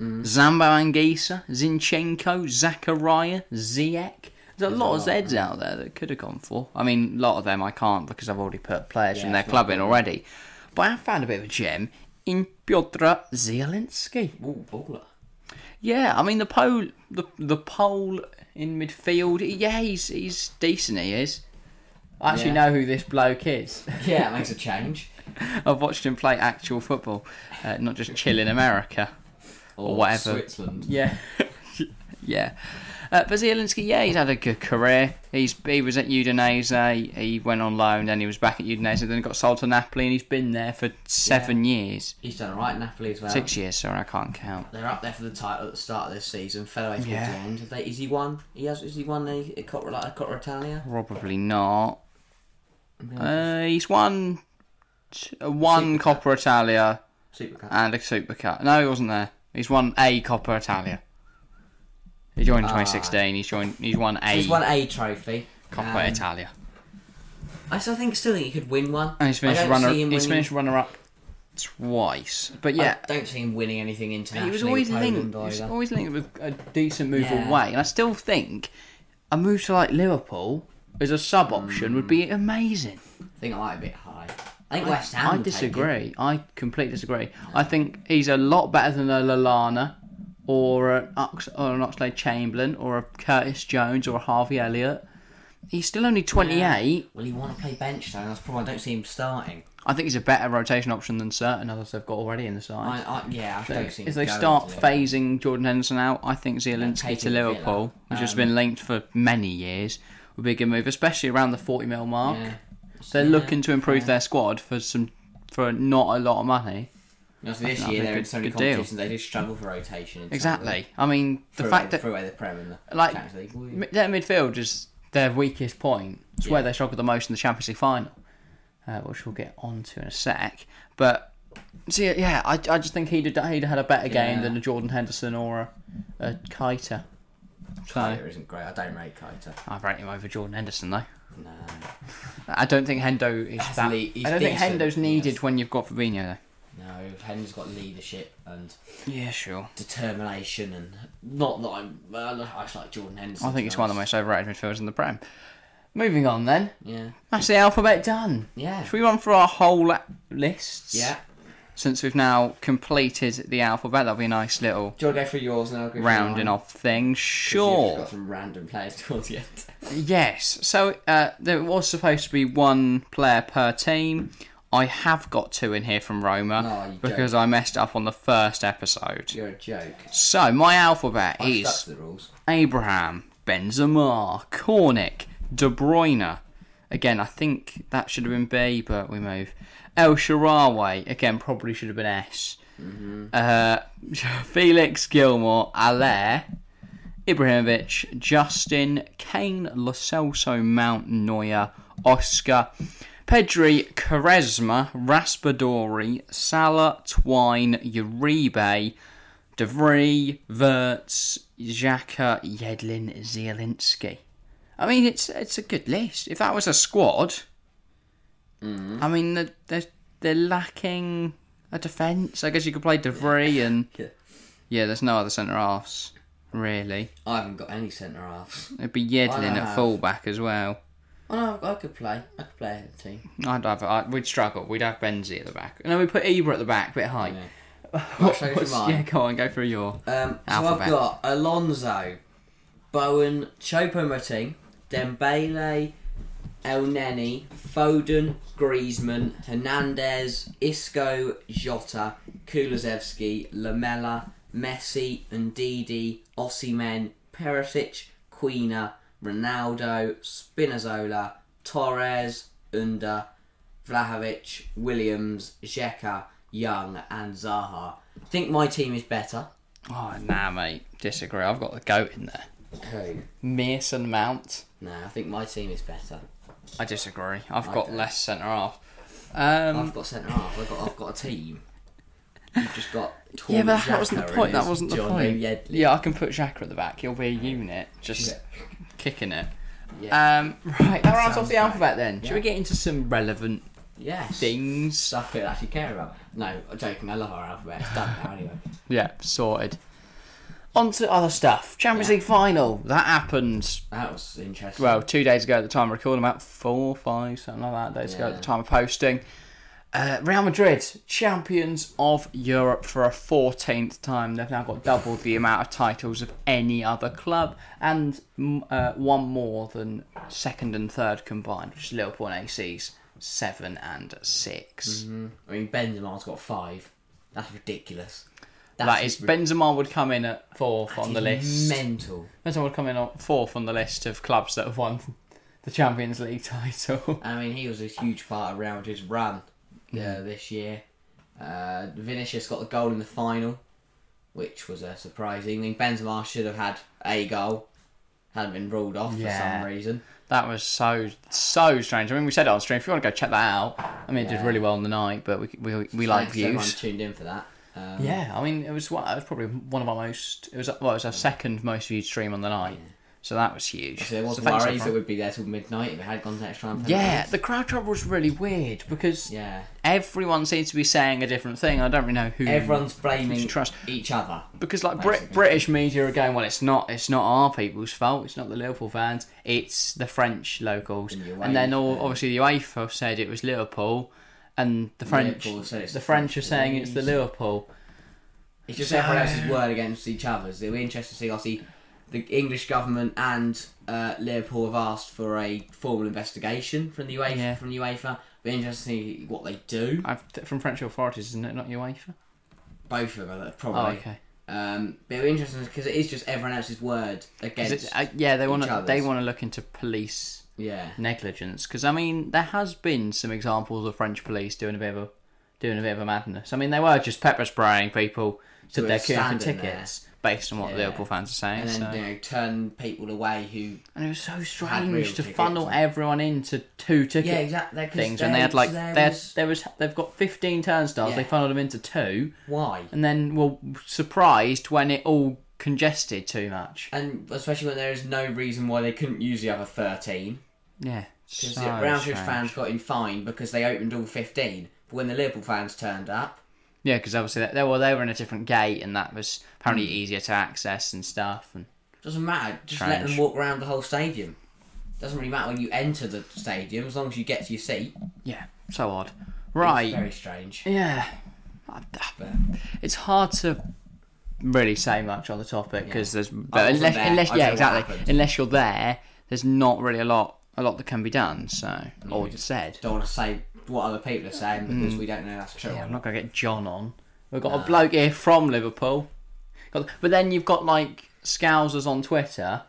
A: Zambo Anguissa, Zinchenko, Zachariah, Ziyech. There's a lot of
B: a lot,
A: Zeds out there that could have gone for. I mean, a lot of them I can't because I've already put players from
B: Yeah,
A: their
B: it's
A: club in already. But I have found a bit of a gem in Piotr Zielinski.
B: Ooh, baller.
A: Yeah, I mean the pole, the the pole in midfield. Yeah, he's he's decent. He is. I actually
B: Yeah.
A: know who this bloke is.
B: Yeah, it makes a change.
A: I've watched him play actual football, uh, not just chill in America. Or whatever.
B: Switzerland.
A: Yeah, yeah. Uh, but Zielinski, yeah, he's had a good career. He's he was at Udinese. He went on loan, then he was back at Udinese, then got sold to Napoli, and he's been there for seven years,
B: He's done alright, Napoli as well.
A: six years. Sorry, I can't count.
B: They're up there for the title at the start of this season. Fell away towards
A: Yeah.
B: the end. Have they, is he won? He has. Is he won the a Coppa, like, a Coppa Italia?
A: Probably not. Uh, he's won t- uh, one Coppa Italia
B: Super Cup.
A: and a Super Cup. No, he wasn't there. He's won a Coppa Italia. He joined in 2016. He's joined. He's won a
B: Ah. He's won a trophy.
A: Coppa
B: Um,
A: Italia,
B: I still think still think he could win one.
A: and he's
B: I
A: finished
B: don't
A: runner.
B: see him
A: He's
B: winning-
A: finished runner up twice. But
B: I
A: yeah,
B: don't see him winning anything internationally.
A: he was always
B: with
A: linked.
B: Poland
A: He was
B: either.
A: always linked with a decent move
B: Yeah.
A: away, and I still think a move to like Liverpool as a sub option would
B: Hmm.
A: be amazing.
B: I think I might be a bit high. I think West Ham.
A: I
B: would take him.
A: disagree. I completely disagree. I think he's a lot better than a Lalana or, a Ox- or an Oxlade Chamberlain or a Curtis Jones or a Harvey Elliott. He's still only 28.
B: Will he want to play bench though? That's probably. I don't see him starting.
A: I think he's a better rotation option than certain others they've got already in the side.
B: I, I yeah. I don't see him.
A: If they
B: going
A: start
B: to Liverpool.
A: phasing Jordan Henderson out, I think Zielinski to
B: taking Villa. Um,
A: Liverpool, which has been linked for many years, would be a good move, especially around the 40 mil mark.
B: Yeah.
A: They're
B: Yeah.
A: looking to improve their squad for some for not a lot of money.
B: Now, so this
A: that'd
B: year
A: be a
B: they're in
A: good-
B: so many
A: good deal.
B: competitions they do struggle for rotation. And
A: Exactly. I mean, the fact that
B: through away the Prem and the
A: like,
B: Champions League. Well,
A: Mi- Their midfield is their weakest point. It's where they struggle the most in the Champions League final, uh, which we'll get onto in a sec. But see, yeah, I, I just think he'd have, he'd had a better game
B: Yeah.
A: than a Jordan Henderson or a, a Keita. So
B: Keita isn't great. I don't rate Keita.
A: I rate him over Jordan Henderson though.
B: No.
A: I don't think Hendo is that.
B: le- he's
A: I don't
B: decent,
A: think Hendo's needed
B: yes.
A: when you've got Fabinho
B: No, Hen's got leadership and
A: though. Yeah, sure.
B: determination, and not that I'm. well, I just like Jordan Henderson.
A: I think
B: to
A: it's
B: be
A: one of the
B: honest.
A: most overrated midfielders in the Prem. Moving on then.
B: Yeah.
A: That's the alphabet done.
B: Yeah.
A: Should we run through our whole lists?
B: Yeah.
A: since we've now completed the alphabet, that'll be a nice little
B: Do you want to go through yours now?
A: rounding off thing.
B: Sure.
A: Sure.
B: Got some random players towards the end.
A: Yes. So uh, there was supposed to be one player per team. I have got two in here from Roma
B: No, you
A: because I messed up on the first episode.
B: You're a joke.
A: So my alphabet
B: I
A: is
B: stuck to the rules.
A: Abraham, Benzema, Cornick, De Bruyne. Again, I think that should have been B, but we move. El Sharawi, again, probably should have been S. Uh, Felix Gilmore, Allaire, Ibrahimovic, Justin, Kane, Lo Celso, Mount Neuer, Oscar, Pedri, Charisma, Raspadori, Salah, Twine, Uribe, De Vrij, Verts, Xhaka, Yedlin, Zielinski. I mean, it's it's a good list. If that was a squad,
B: Mm-hmm.
A: I mean, they're, they're, they're lacking a defence. I guess you could play De Vrij and
B: Yeah.
A: yeah, there's no other centre halves really.
B: I haven't got any centre halves.
A: It'd be Yedlin
B: I
A: at
B: have.
A: fullback as well.
B: Oh no, I could play. I could play a team.
A: I'd have I, we'd struggle. We'd have Benzi at the back, and then we put Ibra at the back, bit high.
B: Yeah.
A: What-
B: Shall I go
A: what's-
B: through mine?
A: yeah, go on, go through your.
B: Um, so
A: Alphabet.
B: I've got Alonso, Bowen, Chopomoting, Dembele, El Neni, Foden, Griezmann, Hernandez, Isco, Jota, Kulozevsky, Lamella, Messi, and Didi, Ossimen, Perisic, Quina, Ronaldo, Spinazzola, Torres, Unda, Vlahovic, Williams, Zeka, Young, and Zaha. I think my team is better.
A: Oh nah, mate, disagree. I've got the goat in there.
B: Who?
A: Mearson Mount.
B: No, I think my team is better.
A: I disagree. I've got
B: Okay.
A: less centre half. Um,
B: I've got centre half. I've got I've got a team. You've just got Tom
A: yeah, but that wasn't the point. That wasn't the point.
B: Yedlin.
A: Yeah, I can put Xhaka at the back. He'll be a unit, just kicking it.
B: Yeah.
A: Um, right, that rounds off
B: sounds
A: the
B: great.
A: alphabet then. Should
B: Yeah.
A: we get into some relevant
B: Yes.
A: things?
B: Stuff I actually care about. No, I'm joking. I love our alphabet. It's done now anyway.
A: Yeah, sorted. On to other stuff. Champions League final. That happened,
B: That was interesting.
A: well, two days ago at the time of recording, about four, five, something like that, days ago at
B: Yeah.
A: the time of posting. Uh, Real Madrid, champions of Europe for a 14th time. They've now got double the amount of titles of any other club and mm, uh, one more than second and third combined, which is Liverpool and AC's 7 and 6.
B: I mean, Benzema's got five. That's ridiculous. That's
A: That is, Benzema would come in at fourth on the list.
B: Mental.
A: Benzema would come in on fourth on the list of clubs that have won the Champions League title.
B: I mean, he was a huge part of Real Madrid's run
A: Hmm.
B: uh, this year. Uh, Vinicius got the goal in the final, which was uh, surprising. I mean, Benzema should have had a goal, hadn't been ruled off
A: Yeah.
B: for some reason.
A: That was so so strange. I mean, we said it on stream. If you want to go check that out, I mean, it did
B: Yeah.
A: really well on the night, but we we, we like
B: Thanks everyone
A: views.
B: tuned in for that. Um,
A: Yeah, I mean, it was one- it was probably one of our most. It was well, it was our second most viewed stream on the night, so that was huge.
B: So there was
A: So thanks,
B: worries that
A: everyone.
B: we'd be there till midnight if it had gone to extra time.
A: yeah, the crowd travel was really weird because
B: Yeah.
A: everyone seems to be saying a different thing. I don't really know who
B: Everyone's blaming
A: trust-
B: each other.
A: because like Brit- British media are going, well, it's not, it's not our people's fault. It's not the Liverpool fans. It's the French locals.
B: And the
A: and then all
B: UEFA.
A: obviously the UEFA said it was Liverpool, and the French,
B: Liverpool said it's
A: the
B: the
A: French are
B: French
A: saying it's the
B: police.
A: Liverpool.
B: It's just
A: So-
B: everyone else's word against each other's. It'll be interesting to see. Obviously, the English government and uh, Liverpool have asked for a formal investigation from the UEFA.
A: Yeah.
B: From the UEFA, be interesting to see what they do.
A: I've, from French authorities, isn't it? Not UEFA.
B: Both of them, probably.
A: Oh, okay.
B: Um, but it'll be interesting because it is just everyone else's word
A: 'Cause
B: against.
A: it- uh, yeah, they want to
B: other's.
A: they want to look into police
B: yeah.
A: negligence because I mean there has been some examples of French police doing a bit of a, doing a bit of a madness. I mean they were just pepper spraying people to
B: Who
A: their
B: are
A: queuing for
B: standing there.
A: tickets based on what
B: Yeah.
A: Liverpool fans are saying.
B: And then
A: so.
B: you know, turn people away who.
A: And it was so
B: real
A: strange to
B: tickets.
A: funnel everyone into two ticket
B: Yeah, exactly.
A: things when they had like they had, there was they've got fifteen turnstiles. They
B: Yeah.
A: funneled them into two,
B: why.
A: and then were surprised when it all congested too much.
B: And especially when there is no reason why they couldn't use the other 13.
A: Yeah,
B: Because
A: so
B: the Real Madrid
A: Oh, strange.
B: fans got in fine because they opened all 15. But when the Liverpool fans turned up,
A: Yeah, because obviously they, they were they were in a different gate, and that was apparently
B: Hmm.
A: easier to access and stuff. And
B: doesn't matter. Just let
A: Strange.
B: them walk around the whole stadium. Doesn't really matter when you enter the stadium as long as you get to your seat.
A: yeah, so odd.
B: It's
A: Right.
B: very strange.
A: Yeah. I- I- It's hard to really say much on the topic because there's but
B: wasn't
A: unless,
B: there.
A: unless yeah
B: I don't know what
A: exactly
B: happened.
A: unless you're there there's not really a lot a lot that can be done so or said
B: Don't want to say what other people are saying
A: Hmm.
B: because we don't know that's true.
A: I'm not gonna get John on we've got a bloke here from Liverpool Got- but then you've got like scousers on Twitter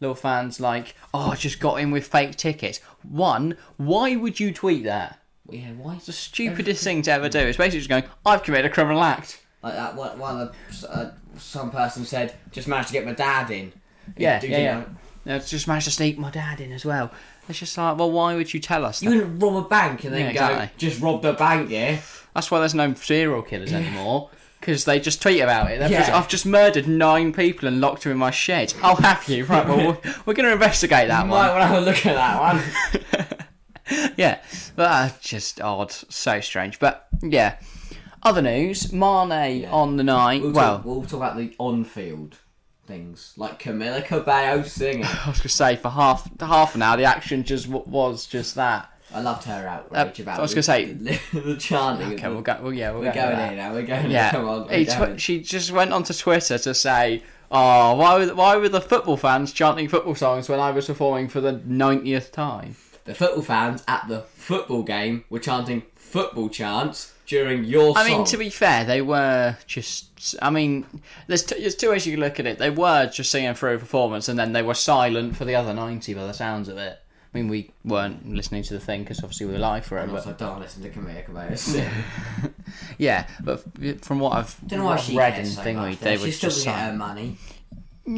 A: little fans like oh I just got in with fake tickets one why would you tweet that
B: Yeah, why?
A: the stupidest thing to ever do is basically just going I've committed a criminal act
B: Like that, one one of the, uh, some person said, just managed to get my dad in.
A: Yeah,
B: Do
A: yeah,
B: you
A: yeah.
B: know-
A: No, it's just managed to sneak my dad in as well. It's just like, well, why would you tell us?
B: You
A: That?
B: wouldn't rob a bank and then
A: Yeah,
B: go,
A: exactly.
B: just rob the bank, yeah?
A: That's why there's no serial killers anymore. Because they just tweet about it. They're
B: Yeah.
A: just, I've just murdered nine people and locked them in my shed. I'll have you. Right, well, we're, we're going to investigate that
B: Might
A: one.
B: want to have a look at that one.
A: Yeah. But that's just odd. So strange. But, yeah. Other news Mane on the night.
B: We'll,
A: well,
B: talk, we'll talk about the on-field things, like Camila Cabello singing.
A: I was going to say, for half half an hour, the action just w- was just that.
B: I loved her outrage about.
A: Uh, I was
B: the-
A: gonna say-
B: the, the chanting.
A: Okay, we'll go. Well, yeah, we'll
B: we're
A: go with
B: going
A: that.
B: here now. We're going.
A: Yeah,
B: come on.
A: He
B: We're
A: tw-
B: going.
A: she just went onto Twitter to say, "Oh, why were why were the football fans chanting football songs when I was performing for the ninetieth time?"
B: The football fans at the football game were chanting football chants during your
A: I
B: song.
A: mean, to be fair, they were just. I mean, there's t- there's two ways you can look at it. They were just singing through a performance, and then they were silent for the other ninety, by the sounds of it. I mean, we weren't listening to the thing because obviously we were live for it.
B: And
A: But
B: also, don't listen to Camila Cabello. sing.
A: yeah, but f- from what I've
B: don't know why she
A: read and
B: cares so
A: thing,
B: much.
A: they
B: She's
A: were
B: still
A: just
B: gonna
A: silent.
B: get her money.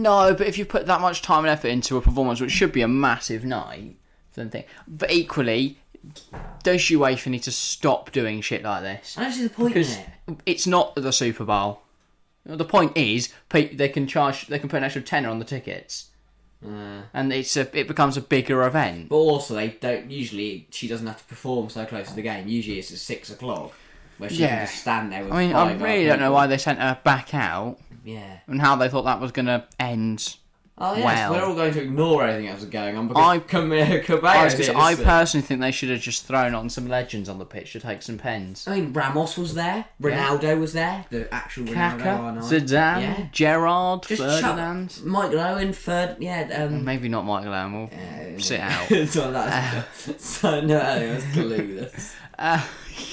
A: No, but if you put that much time and effort into a performance, which should be a massive night, then thing. But equally, does UEFA need to stop doing shit like this?
B: And that's the point in
A: Because
B: it.
A: it's not the Super Bowl. The point is, pe- they can charge, they can put an extra tenner on the tickets, and it's a, it becomes a bigger event.
B: But also, they don't usually. She doesn't have to perform so close to the game. Usually, it's at six o'clock, where she
A: Yeah.
B: can just stand there. With
A: I mean, I
B: five other
A: really don't know
B: people.
A: why they sent her back out
B: Yeah.
A: and how they thought that was going to end
B: Oh yes,
A: well.
B: we're all going to ignore anything else that's going on
A: I-
B: because Camille
A: I,
B: Cabello
A: was
B: did.
A: gonna say, I personally think they should have just thrown on some legends on the pitch to take some pens.
B: I mean, Ramos was there, Ronaldo was there, the actual
A: Kaka,
B: Ronaldo. R9.
A: Zidane,
B: Yeah.
A: Gerard,
B: Just
A: Ferdinand.
B: chuck Michael Owen, third, yeah. Um,
A: Maybe not Michael Owen. We'll
B: Uh,
A: Mm. sit out.
B: so that's so no, that's clueless.
A: Uh,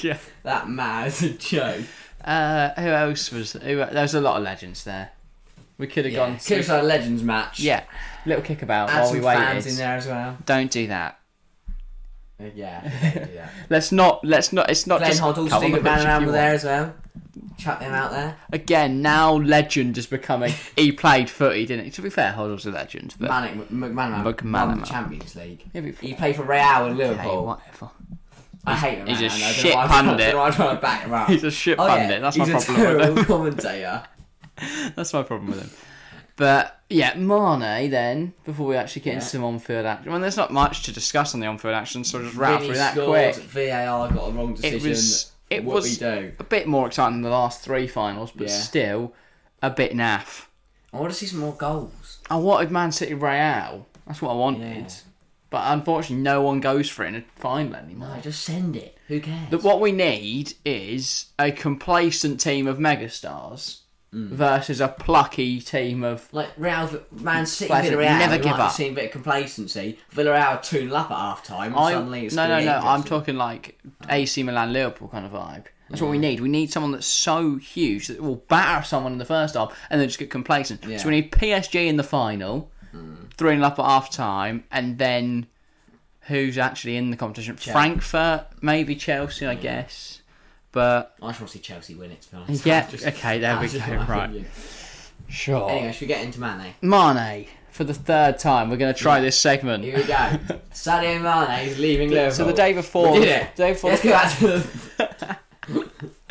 A: yeah.
B: That man is a joke.
A: Uh, who else was? Who, there was a lot of legends there. We could have
B: Yeah.
A: gone. To,
B: Suicide Legends match.
A: yeah, little kickabout
B: Add
A: while we
B: some fans in
A: waited.
B: there as well.
A: Don't do that.
B: Uh, Yeah, don't do that.
A: Let's not. Let's not. It's not
B: Glenn
A: just
B: Hoddle,
A: come on the
B: Stephen
A: pitch
B: Van
A: if
B: Ram
A: you
B: were
A: want.
B: there as well. Chuck them out there.
A: Again, now legend is becoming. he played footy, didn't he? To be fair, Hoddle's a legend, but
B: Manic McManaman won
A: McManaman.
B: the Champions League.
A: Yeah, but-
B: He played for Real and
A: hey,
B: Liverpool.
A: whatever.
B: I hate him.
A: he's a
B: man. I don't
A: shit
B: know why I'm-
A: pundit.
B: I don't know why I'm trying to back him up.
A: He's a shit
B: Oh, yeah,
A: pundit. That's my
B: he's
A: problem.
B: a
A: with him.
B: terrible commentator.
A: That's my problem with him. But yeah, Mane. Then before we actually get into some on-field action, well, there's not much to discuss on the on-field action, so I'll just rattle
B: Vinny
A: through that
B: scored,
A: quick.
B: VAR got a wrong decision.
A: was- it
B: what
A: was-
B: we do.
A: a bit more exciting than the last three finals, but
B: Yeah.
A: still a bit naff.
B: I want to see some more goals.
A: I wanted Man City Real. That's what I wanted.
B: Yeah.
A: But unfortunately, no one goes for it in a final
B: No,
A: anymore.
B: just send it. Who cares?
A: But what we need is a complacent team of megastars
B: Mm.
A: versus a plucky team of.
B: like Real, Man City,
A: Classic,
B: Villarreal.
A: never
B: we
A: give
B: might have
A: up.
B: seen a bit of complacency. Villarreal two up at half time.
A: I, no,
B: suddenly, it's
A: no,
B: really
A: no. I'm
B: interesting.
A: talking like AC Milan Liverpool kind of vibe. That's what we need. We need someone that's so huge that will batter someone in the first half and then just get complacent.
B: Yeah. Mm.
A: So we need PSG in the final, 3 0 up at half time, and then who's actually in the competition? Frankfurt, maybe Chelsea, I guess. But
B: I just want to see Chelsea win it. To be honest.
A: Yeah,
B: That's
A: okay, there we
B: that's just
A: go,
B: my
A: right.
B: opinion.
A: sure.
B: Anyway, should we get into Mane?
A: Mane, for the third time, we're going to try this
B: Here
A: segment.
B: we go. Sadio Mane is leaving Liverpool.
A: So the day before,
B: We did it.
A: the day before
B: Let's go back to the
A: the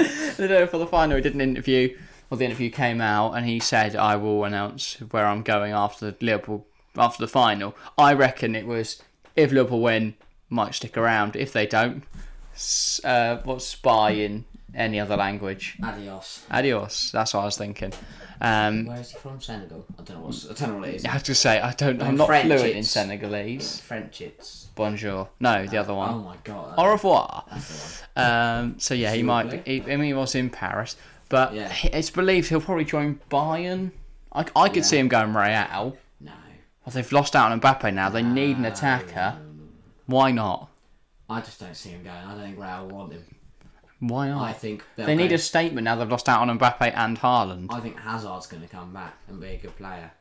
A: day before the final, he did an interview. Well, the interview came out, and he said, "I will announce where I'm going after the Liverpool after the final." I reckon it was if Liverpool win, might stick around. If they don't, s- uh, what's spy in any other language?
B: Adios.
A: Adios. That's what I was thinking. Um,
B: Where is he from? Senegal. I don't know what. I don't know what it is.
A: I have to say, I don't. I'm
B: In
A: not
B: French,
A: fluent in
B: it's-
A: Senegalese.
B: French. It's.
A: Bonjour. No, the other one.
B: Oh my god.
A: Au revoir.
B: That's
A: Um, so yeah, he might. He, I mean, he was in Paris, but
B: Yeah.
A: he- it's believed he'll probably join Bayern. I, I could see him going Real.
B: the one.
A: Well, they've lost out on Mbappe now. They need
B: Ah,
A: an attacker. Why not?
B: No, Um, I just don't see him going. I don't think Real want him.
A: Why not?
B: I think they'll
A: they need
B: go-
A: a statement now. They've lost out on Mbappe and Haaland.
B: I think Hazard's going to come back and be a good player.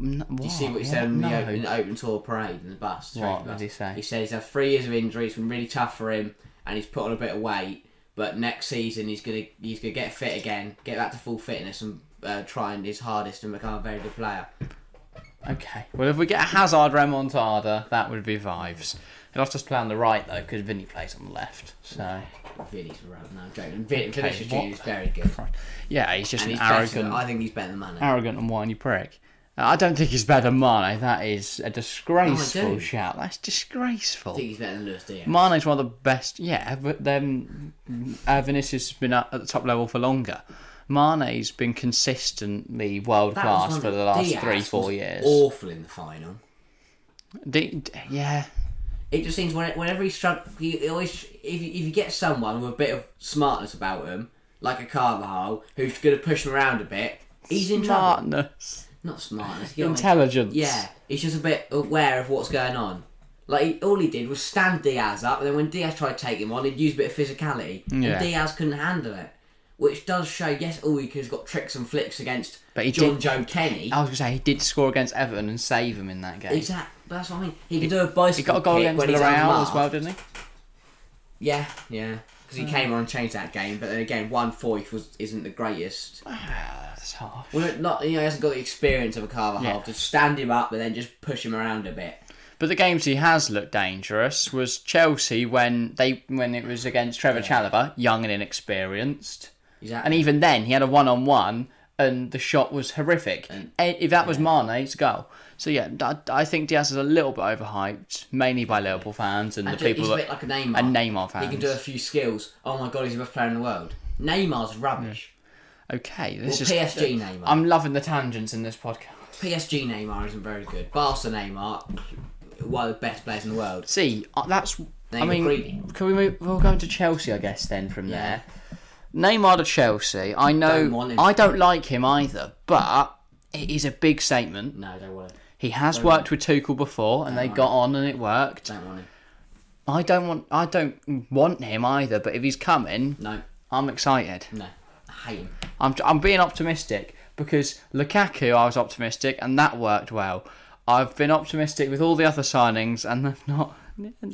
A: N-
B: You see what he said in the open, open tour parade in the bus. the
A: Oh, What
B: train bus?
A: did he say?
B: He said he's had three years of injuries, been really tough for him, and he's put on a bit of weight. But next season he's gonna he's gonna get fit again, get back to full fitness, and uh, try and his hardest and become a very good player.
A: Okay. Well, if we get a Hazard Remontada, that would be vibes. He'll have to play on the right though, because Vinny plays on the left. So
B: Vinny's around now. Joking. Vin, Vinicius
A: what?
B: Junior is very good.
A: yeah, he's just
B: And he's
A: an
B: better,
A: arrogant.
B: than- I think he's better than Mane.
A: arrogant and whiny prick. Uh, I don't think he's better than Mane. That is a disgraceful
B: do.
A: shout. That's
B: Oh, I
A: disgraceful.
B: think he's better than Luis Diaz.
A: Mane's one of the best. Yeah, but then uh, Vinicius has been up at the top level for longer. Mane's been consistently world
B: That was
A: class
B: one
A: for
B: of-
A: the last
B: Diaz
A: three, four
B: was
A: years.
B: Awful in the final.
A: D- d- yeah,
B: it just seems when- whenever he struck, he he always if you, if you get someone with a bit of smartness about him, like a Carvajal, who's going to push him around a bit, he's in trouble.
A: smartness,
B: Not smartness, you know what I mean?
A: intelligence.
B: Yeah, he's just a bit aware of what's going on. Like he, all he did was stand Diaz up, and then when Diaz tried to take him on, he'd use a bit of physicality,
A: Yeah.
B: and Diaz couldn't handle it. Which does show, yes, all he has got tricks and flicks against
A: But he did-
B: John
A: Oh,
B: Joe Kenny.
A: I was gonna say he did score against Everton and save him in that game.
B: Exactly, that's what I mean. He can do a
A: He
B: bicycle
A: got a goal
B: kick
A: against
B: when he's
A: Villarreal as
B: unmarked.
A: well, didn't Oh. he?
B: Yeah, yeah. Because he came on and changed that game, but then again, one fourth was isn't the greatest.
A: Ah, that's harsh.
B: Well, it- not you know, he hasn't got the experience of a Carvajal
A: Yeah.
B: to stand him up and then just push him around a bit.
A: But the games he has looked dangerous was Chelsea when they when it was against Trevor Chalobah, young and inexperienced, and
B: Exactly.
A: even then he had a one on one, and the shot was horrific. Eh, if that was Mane, it's a goal. So yeah, I, I think Diaz is a little bit overhyped, mainly by Liverpool fans and, the people
B: he's a bit
A: that
B: like a Neymar.
A: and Neymar fans.
B: He can do a few skills. Oh my god, he's the best player in the world. Neymar's rubbish.
A: Okay,
B: Well,
A: this is.
B: PSG Neymar.
A: I'm loving the tangents in this podcast.
B: PSG Neymar isn't very good. Barca Neymar, one of the best players in the world.
A: See, uh, that's. I
B: Neymar
A: mean,
B: greedy.
A: can we move? We'll go into Chelsea, I guess. Then from
B: Yeah.
A: there, Neymar to Chelsea. I know.
B: Don't want him.
A: I don't like him either, but it is a big statement.
B: No, don't want him.
A: He has worked with Tuchel before, and they got on and it worked.
B: Don't want him.
A: I don't want. I don't want him either. But if he's coming,
B: No,
A: I'm excited.
B: no. I hate him.
A: I'm, I'm being optimistic because Lukaku, I was optimistic, and that worked well. I've been optimistic with all the other signings, and they've not.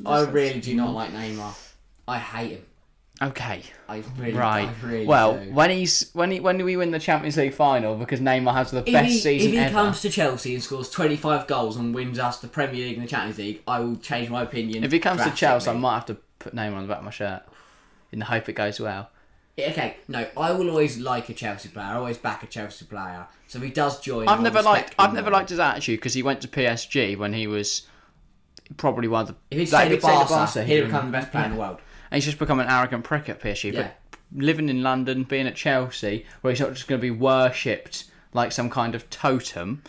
B: I really do not like Neymar. I hate him.
A: Okay,
B: I really,
A: right.
B: I really
A: well,
B: do.
A: when he's when he when do we win the Champions League final? Because Neymar has the
B: If
A: best
B: he,
A: season
B: if he
A: ever.
B: comes to Chelsea and scores 25 goals and wins us the Premier League and the Champions League, I will change my opinion.
A: if he comes to Chelsea, I
B: drastically.
A: might have to put Neymar on the back of my shirt in the hope it goes well.
B: Yeah, okay, no, I will always like a Chelsea player. I always back a Chelsea player. So if he does join,
A: I've
B: I'll
A: never
B: respect
A: liked
B: him
A: I've never
B: more.
A: liked his attitude because he went to PSG when he was probably one of the
B: If he's
A: like,
B: stayed at
A: if he'd stayed at
B: Barca, he'll
A: wouldn't-
B: become the best player in the world.
A: And he's just become an arrogant prick at PSG.
B: Yeah.
A: But living in London, being at Chelsea, where he's not just going to be worshipped like some kind of totem,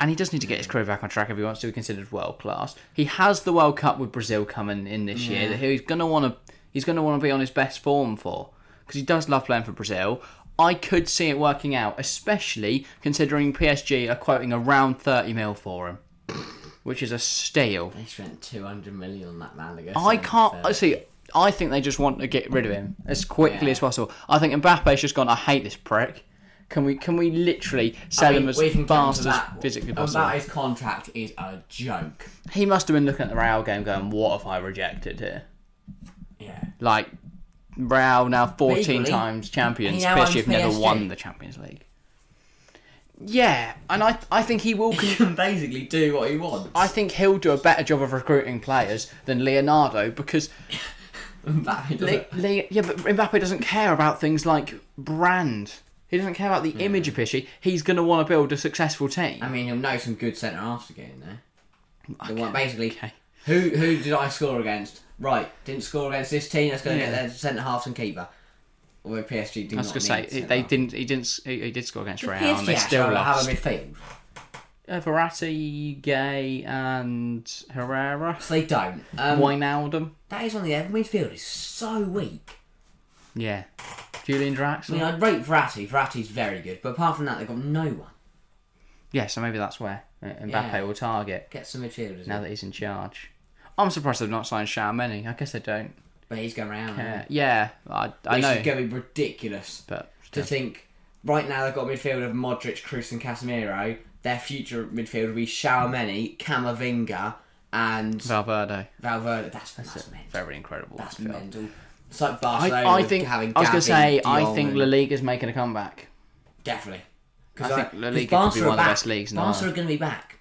A: and he does need to get his career back on track if he wants to be considered world class. He has the World Cup with Brazil coming in this year that he's going to want to he's going to want to be on his best form for because he does love playing for Brazil. I could see it working out, especially considering PSG are quoting around 30 mil for him, which is a steal.
B: They spent 200 million on that man. guess.
A: I can't. I see. I think they just want to get rid of him as quickly
B: Yeah.
A: as possible. I think Mbappe's just gone. I hate this prick. Can we? Can we literally sell him as fast as physically possible?
B: That his contract is a joke.
A: He must have been looking at the Real game, going, "What have I rejected here?
B: Yeah.
A: Like Real now fourteen
B: Legally,
A: times champions,
B: he now
A: especially if
B: owns
A: never
B: PSG.
A: won the Champions League." Yeah, and I I think he will. Con-
B: He can basically do what he wants.
A: I think he'll do a better job of recruiting players than Leonardo because
B: Mbappe does
A: Le-
B: it.
A: Le- yeah, but Mbappe doesn't care about things like brand. He doesn't care
B: Hmm.
A: about the image of Pishi. He's going to want to build a successful team.
B: I mean, he'll know some good centre halves to get in there. The one, basically,
A: okay.
B: who who did I score against? Right, didn't score against this team. Let's go and
A: Yeah.
B: get their centre halves and keeper. Although PSG do
A: I was
B: not
A: going to say
B: need
A: they-
B: centre
A: they
B: halves.
A: didn't. He didn't. s- He, he did score against Real, and
B: PSG
A: they still
B: actually have
A: lost.
B: a midfield.
A: Uh, Verratti, Gay, and Herrera,
B: So they don't. Um,
A: Wijnaldum.
B: That is on the end. Midfield is so weak.
A: Yeah, Julian
B: I
A: Draxler.
B: mean, I'd rate Verratti. Verratti's very good, but apart from that, they've got no one.
A: Yeah, so maybe that's where uh, Mbappe
B: Yeah.
A: will target
B: Get some midfielders.
A: now
B: in.
A: that he's in charge. I'm surprised they've not signed Xiaomeni. I guess they don't.
B: But he's going round.
A: Uh, yeah, I, I
B: This
A: know,
B: is going to be ridiculous
A: but
B: to think. Right now, they've got midfield of Modric, Cruz, and Casemiro. Their future midfield will be Xiaomeni, Camavinga, and
A: Valverde.
B: Valverde. That's, that's, mental.
A: very incredible.
B: That's
A: film.
B: mental. It's like Barcelona.
A: I, I think
B: having
A: I was
B: going to
A: say I think La Liga's making a comeback.
B: definitely.
A: I think La Liga could be one of the best leagues in the
B: Barca are
A: world.
B: going to be back.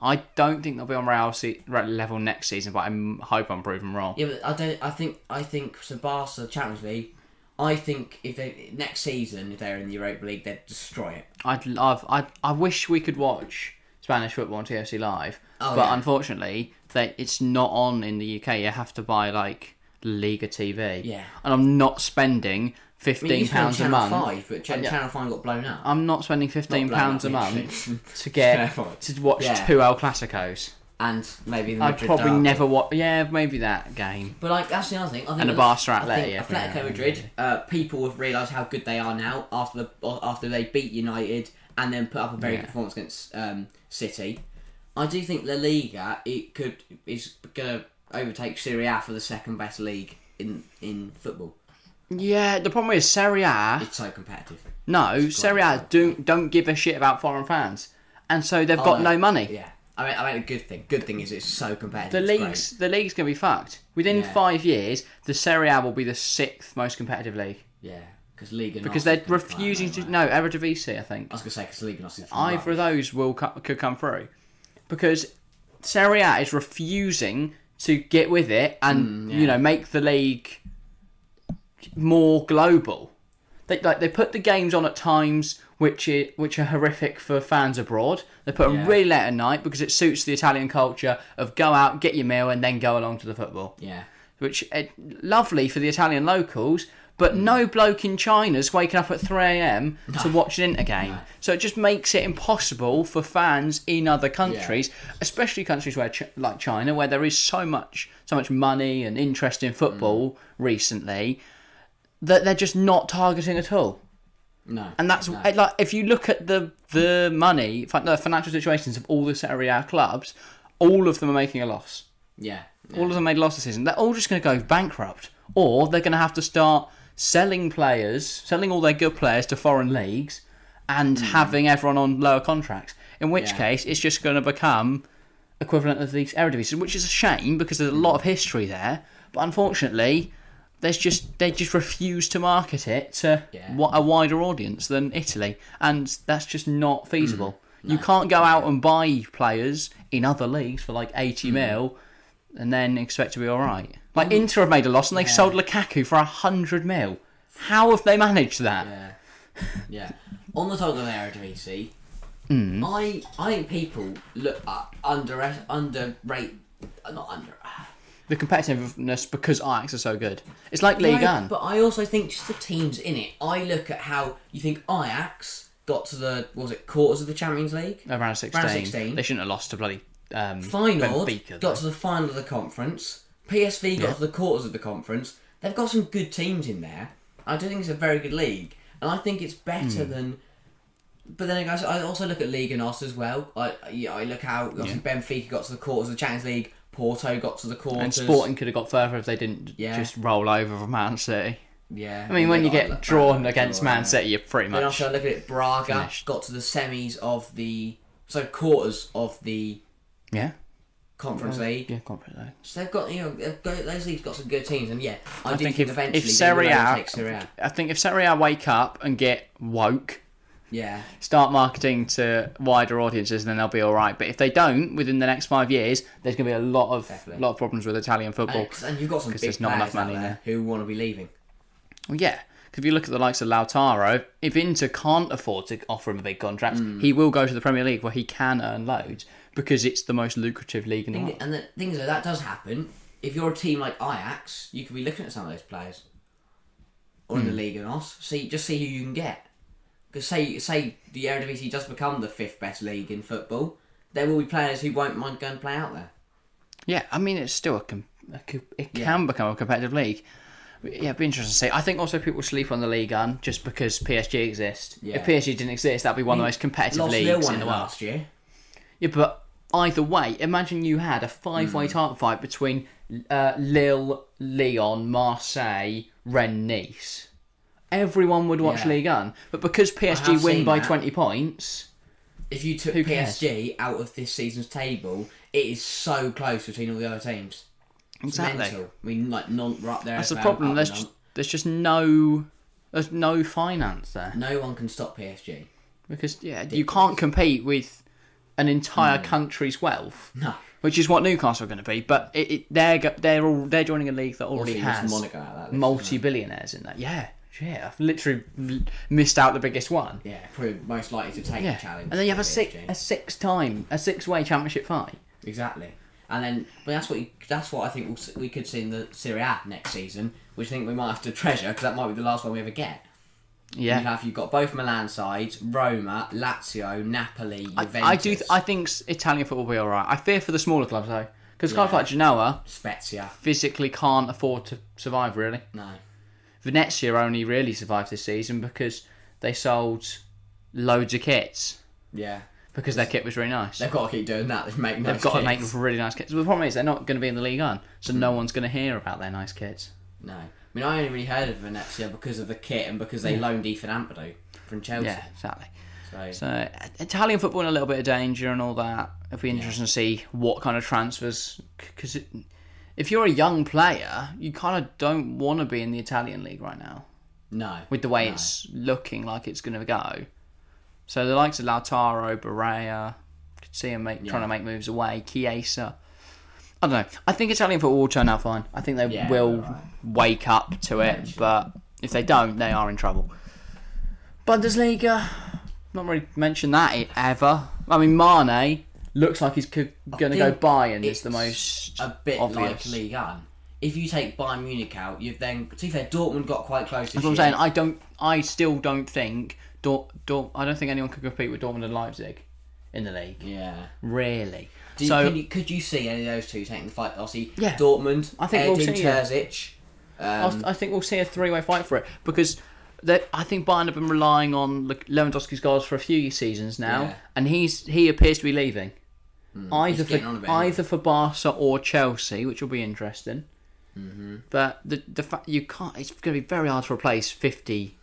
A: I don't think they'll be on Real se- re- level next season, but I m- hope I'm proven wrong.
B: Yeah, but I don't. I think I think so. Barca Champions League. I think if they next season if they're in the Europa League they'd destroy it.
A: I'd love. I I wish we could watch Spanish football on TFC live,
B: Oh,
A: but
B: yeah.
A: unfortunately, they, it's not on in the UK. You have to buy like Liga TV.
B: Yeah.
A: and I'm not spending
B: I mean, it
A: fifteen
B: used to be on
A: pounds a
B: Channel
A: month.
B: Five, but Channel, Channel Five got blown up.
A: I'm not spending fifteen
B: blown
A: pounds
B: up,
A: a month
B: actually.
A: to get
B: Fair point.
A: to watch
B: Yeah.
A: two El Clasicos.
B: and maybe the
A: I'd
B: Madrid
A: probably
B: derby.
A: never watch. Yeah, maybe that game.
B: But like that's the other thing. I think
A: And a
B: that-
A: Barca
B: I think
A: Atleti, I think,
B: Atletico
A: yeah.
B: Madrid. Uh, people have realised how good they are now after the after they beat United and then put up a very
A: Yeah.
B: good performance against um, City. I do think La Liga it could is going to overtake Serie A for the second best league in in football.
A: Yeah, the problem is Serie A.
B: It's so competitive.
A: No, Serie A don't don't give a shit about foreign fans, and so they've got no money.
B: Oh, Yeah, I mean, I mean, a good thing. Good thing is it's so competitive.
A: The
B: it's great.
A: league's the league's gonna be fucked. Within
B: Yeah.
A: five years, the Serie A will be the sixth most competitive league
B: yeah, because Liga
A: because they're refusing to. No, Eredivisie, I think.
B: I was going to say because Liga Nos is
A: Either of those will co- could come through, because Serie A is refusing to get with it and you know make the league more global. They like they put the games on at times which i which are horrific for fans abroad. They put them
B: Yeah.
A: really late at night because it suits the Italian culture of go out, get your meal, and then go along to the football.
B: Yeah.
A: Which eh, lovely for the Italian locals, But no bloke in China's waking up at 3 a.m. to watch an Inter game. So it just makes it impossible for fans in other countries, especially countries where Ch- like China, where there is so much so much money and interest in football recently, that they're just not targeting at all.
B: No.
A: And that's eh,
B: No.
A: like if you look at the the money, fin- the financial situations of all the Serie A clubs, all of them are making a loss.
B: yeah. yeah.
A: All of them made loss this season. They're all just going to go bankrupt, or they're going to have to start selling players, selling all their good players to foreign leagues, and having everyone on lower contracts. In which
B: Hmm. Yeah.
A: case, it's just going to become equivalent of the Eredivisie, which is a shame because there's a lot of history there. But unfortunately, there's just they just refuse to market it to
B: Yeah.
A: wi- a wider audience than Italy, and that's just not feasible.
B: Hmm.
A: You can't go out and buy players in other leagues for like
B: Hmm.
A: eighty mil and then expect to be all right. Like Inter have made a loss and they sold Lukaku for hundred mil. How have they managed that?
B: Yeah. Yeah. On the topic of Eredivisie, I I think people look uh, under underrate uh, not under.
A: The competitiveness because Ajax are so good. It's like League
B: No,
A: One.
B: But I also think just the teams in it. I look at how you think Ajax got to the what was it quarters of the Champions League
A: Around 16.
B: 16.
A: They shouldn't have lost to bloody um,
B: final,
A: Benfica, though.
B: got to the final of the conference. PSV got
A: Yeah.
B: to the quarters of the conference. They've got some good teams in there. I do think it's a very good league, and I think it's better
A: Hmm.
B: than. But then I guess I also look at League and Os as well. I yeah, I look how obviously Benfica got to the quarters of the Champions League. Porto got to the quarters.
A: And Sporting could have got further if they didn't
B: Yeah.
A: just roll over from Man City.
B: Yeah.
A: I mean, when you get drawn against Man City, you're pretty
B: Then
A: much.
B: after I look at it, Braga
A: finished.
B: got to the semis of the so quarters of the
A: Yeah?
B: Conference League.
A: Yeah, can't put that.
B: So they've got you know they've got, those leagues got some good teams, and yeah, I, do
A: I
B: think,
A: think if,
B: eventually
A: if
B: they will
A: Serie A,
B: overtake Serie A.
A: I think if Serie A wake up and get woke,
B: Yeah,
A: start marketing to wider audiences, then they'll be all right. But if they don't, within the next five years, there's going to be a lot of
B: Definitely.
A: lot of problems with Italian football.
B: and, and you've got some big
A: there's not enough
B: players out
A: money
B: there who want to be leaving.
A: Well, yeah, 'cause if you look at the likes of Lautaro, if Inter can't afford to offer him a big contract,
B: Hmm.
A: he will go to the Premier League where he can earn loads because it's the most lucrative league in the world.
B: And the thing is, that that does happen. If you're a team like Ajax, you could be looking at some of those players, or
A: Hmm.
B: in the league and us. See, just see who you can get. Because say say the Eredivisie does become the fifth best league in football, there will be players who won't mind going to play out there.
A: Yeah, I mean, it's still a, com- a co- it
B: Yeah.
A: can become a competitive league. But Yeah, it'd be interesting to see. I think also people sleep on the league un just because PSG exists.
B: Yeah.
A: If PSG didn't exist, that'd be one of the most competitive
B: Lost Lille
A: leagues
B: won
A: in
B: it
A: the world.
B: last year.
A: Yeah, but either way, imagine you had a five-way title fight between uh, Lille, Lyon, Marseille, Rennes, Nice. Everyone would watch
B: Yeah.
A: League One, but because
B: I
A: PSG
B: have
A: win
B: seen
A: by
B: that.
A: twenty points,
B: If you took
A: Who cares?
B: PSG out of this season's table, it is so close between all the other teams. It's
A: Exactly.
B: Mental. I mean, like non right there.
A: that's
B: as
A: the
B: well,
A: problem.
B: up
A: There's
B: and
A: just,
B: up.
A: there's just no there's no finance there.
B: no one can stop PSG.
A: because yeah, you can't compete with an entire country's wealth,
B: No.
A: which is what Newcastle are going to be. But it, it, they're go- they're all they're joining a league that
B: Also,
A: already
B: you missed
A: has
B: Monaco out of that list,
A: multi-billionaires in that. Yeah, yeah, I've literally l- missed out the biggest one.
B: Yeah, probably most likely to take
A: Yeah,
B: the challenge.
A: and then you have a
B: PSG.
A: six a six time a six way championship fight.
B: Exactly. And then, but that's what you, that's what I think we'll, s- we could see in the Serie A next season, which I think we might have to treasure because that might be the last one we ever get.
A: Yeah,
B: You have you've got both Milan sides, Roma, Lazio, Napoli, Juventus,
A: I do. Th- I think s- Italian football will be all right. I fear for the smaller clubs though, because clubs
B: Yeah.
A: like Genoa
B: Spezia.
A: physically can't afford to survive really.
B: No.
A: Venezia only really survived this season because they sold loads of kits
B: Yeah.
A: because their kit was really nice.
B: They've got to keep doing that. They make nice
A: They've got to
B: kits.
A: make really nice kits. The problem is they're not going to be in the league on, so no one's going to hear about their nice kits.
B: No, I mean I only really heard of Venezia because of the kit and because they loaned Ethan Ampadu from Chelsea.
A: Yeah, exactly.
B: So,
A: So uh, Italian football in a little bit of danger and all that. It'll be interesting to see what kind of transfers because if you're a young player, you kind of don't want to be in the Italian league right now.
B: no,
A: with the way
B: no.
A: it's looking like it's going to go. So the likes of Lautaro, Barrea, could see him make, trying to make moves away. Chiesa. I don't know. I think Italian football will turn out fine. I think they
B: Yeah,
A: will
B: they're right.
A: wake up to it, but if they don't, they are in trouble. Bundesliga, not really mentioned that i- ever. I mean, Mane looks like he's going to go
B: think
A: Bayern. Is the
B: it's
A: most
B: a bit
A: obvious.
B: like League One. if you take Bayern Munich out, you've then to be fair, Dortmund got quite close. This
A: That's what I'm
B: year.
A: saying. I don't. I still don't think. Dort, Dort, I don't think anyone could compete with Dortmund and Leipzig in the league.
B: Yeah.
A: Really.
B: Do you,
A: so
B: can you, could you see any of those two taking the fight? Obviously,
A: Yeah.
B: Dortmund.
A: I think we'll
B: Edin
A: see, yeah.
B: Terzic.
A: I,
B: Um,
A: I think we'll see a three-way fight for it because they, I think Bayern have been relying on Le- Lewandowski's goals for a few seasons now,
B: Yeah. Hmm,
A: and he's he appears to be leaving. either
B: he's getting on a
A: for
B: bit,
A: either for Barca or Chelsea, which will be interesting. Mm-hmm. But the the fact you can't, it's going to be very hard to replace fifty.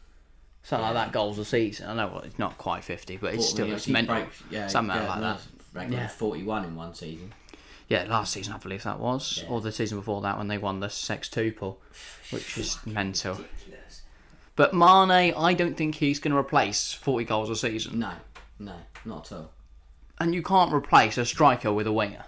A: Something like that goals a season. I know well, it's not quite fifty, but it's still
B: Dortmund,
A: it's
B: he
A: mental.
B: broke- yeah,
A: Something
B: yeah,
A: like that.
B: nice. Ranked number
A: Yeah.
B: Forty-one in one season.
A: Yeah, last season I believe that was, or the season before that when they won the sextuple, which is mental. But Mane, I don't think he's going to replace forty goals a season,
B: No, no, not at all.
A: and you can't replace a striker with a winger.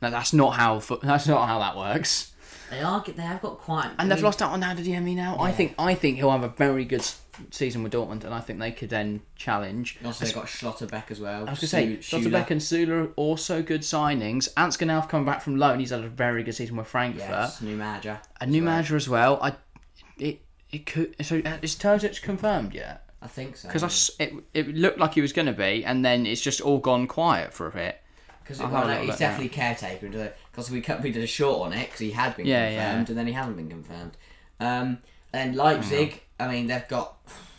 A: Now that's not how fo- that's not how that works.
B: They are. They have got quite.
A: And they've lost out on Nader Diemi now. I think I think he'll have a very good s- season with Dortmund, and I think they could then challenge.
B: Also, they've got Schlotterbeck as well.
A: I was going to say, Schlotterbeck and Sula are also good signings. Ant's going to have come back from loan. He's had a very good season with Frankfurt.
B: Yes, new manager.
A: A new
B: as well.
A: manager as well. I it it could so uh, is Terzic confirmed yet?
B: I think so.
A: Because it it looked like he was going to be, and then it's just all gone quiet for a bit.
B: Because
A: I'll have a little
B: he's
A: look now.
B: definitely caretaker. Because we cut, we did a short on it because he had been
A: Yeah, yeah.
B: confirmed and then he hasn't been confirmed. Um, and Leipzig,
A: Oh,
B: I mean, they've got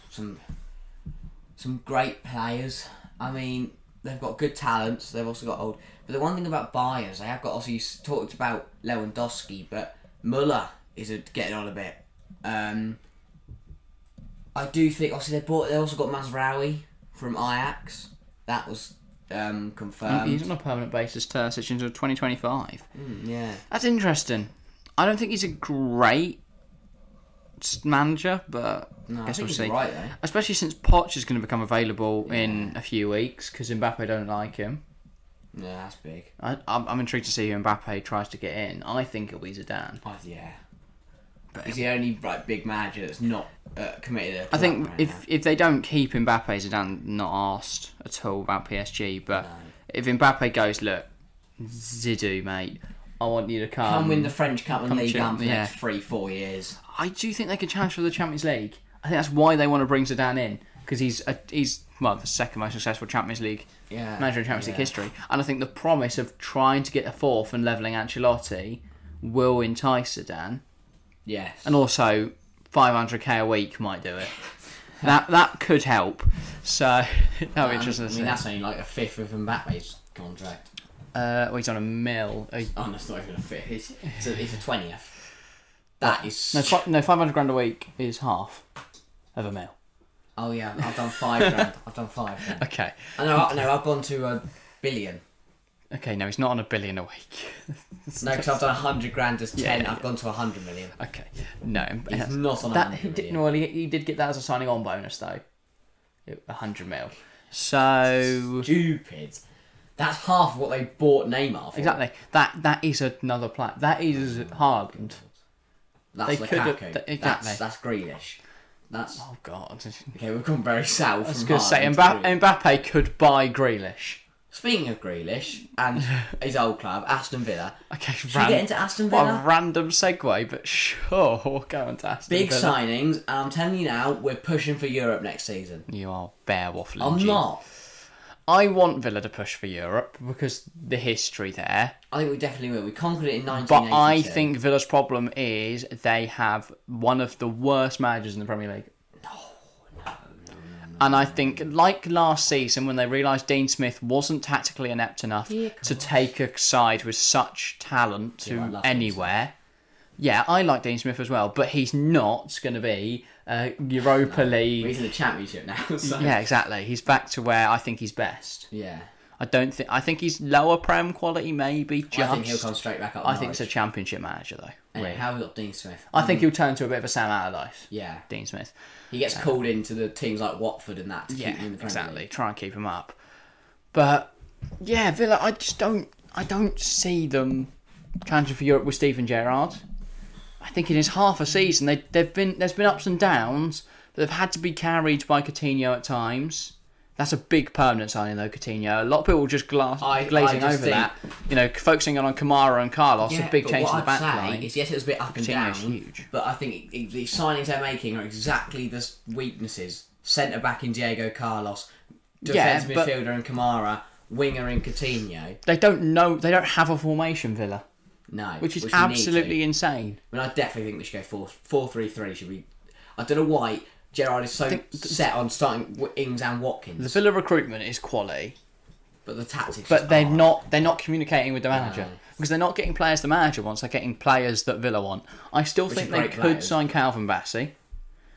B: some some great players. I mean, they've got good talents. They've also got old. But the one thing about buyers, they have got. Obviously, you s- talked about Lewandowski, but Muller is a, getting on a bit. Um, I do think. Obviously, they bought. They also got Masraoui from Ajax. That was um, confirmed.
A: he's on a permanent basis, Terzic, until 2025.
B: Hmm, Yeah.
A: That's interesting. I don't think he's a great s- manager, but I
B: I
A: guess
B: think
A: we'll
B: he's
A: see.
B: right though.
A: Especially since Poch is going to become available in a few weeks because Mbappe don't like him.
B: Yeah, that's big.
A: I, I'm, I'm intrigued to see who Mbappe tries to get in. I think it'll be Zidane.
B: Oh, yeah. But he's the only right big manager that's not uh, committed. A
A: I think
B: right
A: if if they don't keep Mbappe, Zidane not asked at all about PSG. But if Mbappe goes, look, Zidou, mate, I want you to
B: now.
A: um, come.
B: come win the French Cup and League
A: chill,
B: One for the
A: yeah.
B: next three, four years.
A: I do think they could challenge for the Champions League. I think that's why they want to bring Zidane in because he's a, he's well the second most successful Champions League
B: Yeah,
A: manager in Champions
B: yeah.
A: League history, and I think the promise of trying to get a fourth and leveling Ancelotti will entice Zidane,
B: Yes.
A: and also 500k a week might do it. That that could help. So that'll be
B: And,
A: interesting
B: I
A: to see.
B: mean, that's only like a fifth of Mbappe's contract.
A: Uh, well, he's on a mill. Uh,
B: Oh, that's not even a fifth. It's, it's, a, it's a twentieth. That is.
A: No, fi- no, 500 grand a week is half of a mill.
B: oh yeah, I've done five grand. I've done five. Grand.
A: Okay.
B: I know. I know. I've gone to a billion.
A: Okay, no, he's not on a billion a week.
B: No, because I've done a hundred grand as ten.
A: yeah,
B: I've gone to a hundred million.
A: Okay. No,
B: He's
A: that's-
B: not on a
A: that.
B: hundred
A: He did,
B: million.
A: well, he, he did get that as a signing on bonus though, a hundred mil. So
B: Stupid. That's half of what they bought Neymar for.
A: exactly that that is another plan. That is Haaland.
B: That's
A: They
B: Lukaku.
A: could've- th- exactly.
B: That's that's Greenish. That's
A: Oh god.
B: okay. We've gone very south.
A: I was
B: from
A: going to say
B: Haaland
A: Mbappe,
B: to Grealish.
A: Mbappe could buy Grealish.
B: Speaking of Grealish and his old club, Aston Villa.
A: Okay,
B: Should we get into Aston
A: what
B: Villa?
A: a random segue, but sure, we'll go into Aston
B: Big
A: Villa.
B: signings, and I'm telling you now, we're pushing for Europe next season.
A: You are bare waffling.
B: I'm
A: G.
B: not.
A: I want Villa to push for Europe because the history there.
B: I think we definitely will. We conquered it in
A: But I
B: 1982.
A: think Villa's problem is they have one of the worst managers in the Premier League. And I think, like last season, when they realised Dean Smith wasn't tactically inept enough
B: Yeah, of
A: to take a side with such talent to
B: I love Dean
A: anywhere. Yeah, I like Dean Smith as well, but he's not going to be a Europa League.
B: he's in the championship now. So.
A: Yeah, exactly. He's back to where I think he's best.
B: Yeah.
A: I don't think. I think he's lower prem quality, maybe. Just.
B: I think he'll come straight back up.
A: I think it's
B: so.
A: a championship manager though. really.
B: How we got Dean Smith?
A: I think he'll turn to a bit of a Sam Allardyce.
B: Mm. Yeah,
A: Dean Smith.
B: he gets called into the teams like Watford and that. To keep him in the Premier
A: exactly.
B: League.
A: Try and keep him up. But yeah, Villa. I just don't. I don't see them challenging for Europe with Stephen Gerrard. I think in his half a season, they they've been there's been ups and downs. But they've had to be carried by Coutinho at times. That's a big permanent signing though, Coutinho. A lot of people just glass,
B: I-
A: glazing
B: I just
A: over
B: think-
A: that. You know, focusing on Kamara and Carlos, a big
B: but
A: change
B: what
A: in the back
B: I'd say
A: line.
B: Is, yes, it was a bit up and down.
A: Coutinho's huge.
B: But I think it, it- the signings they're making are exactly the s- weaknesses: centre back in Diego Carlos,
A: Yeah,
B: defence
A: but-
B: midfielder in Kamara, winger in Coutinho.
A: They don't know. They don't have a formation, Villa,
B: No,
A: which is
B: we need to.
A: absolutely insane.
B: I mean, I definitely think we should go four four three three. Should we? I don't know why Gerard is so set on starting w- Ings and Watkins,
A: The Villa recruitment is quality,
B: but the tactics.
A: but they're
B: are-
A: not. They're not communicating with the manager
B: Oh. No.
A: because they're not getting players the manager wants. They're getting players that Villa want. I still think
B: are
A: they
B: great
A: could
B: players.
A: sign Calvin Bassey,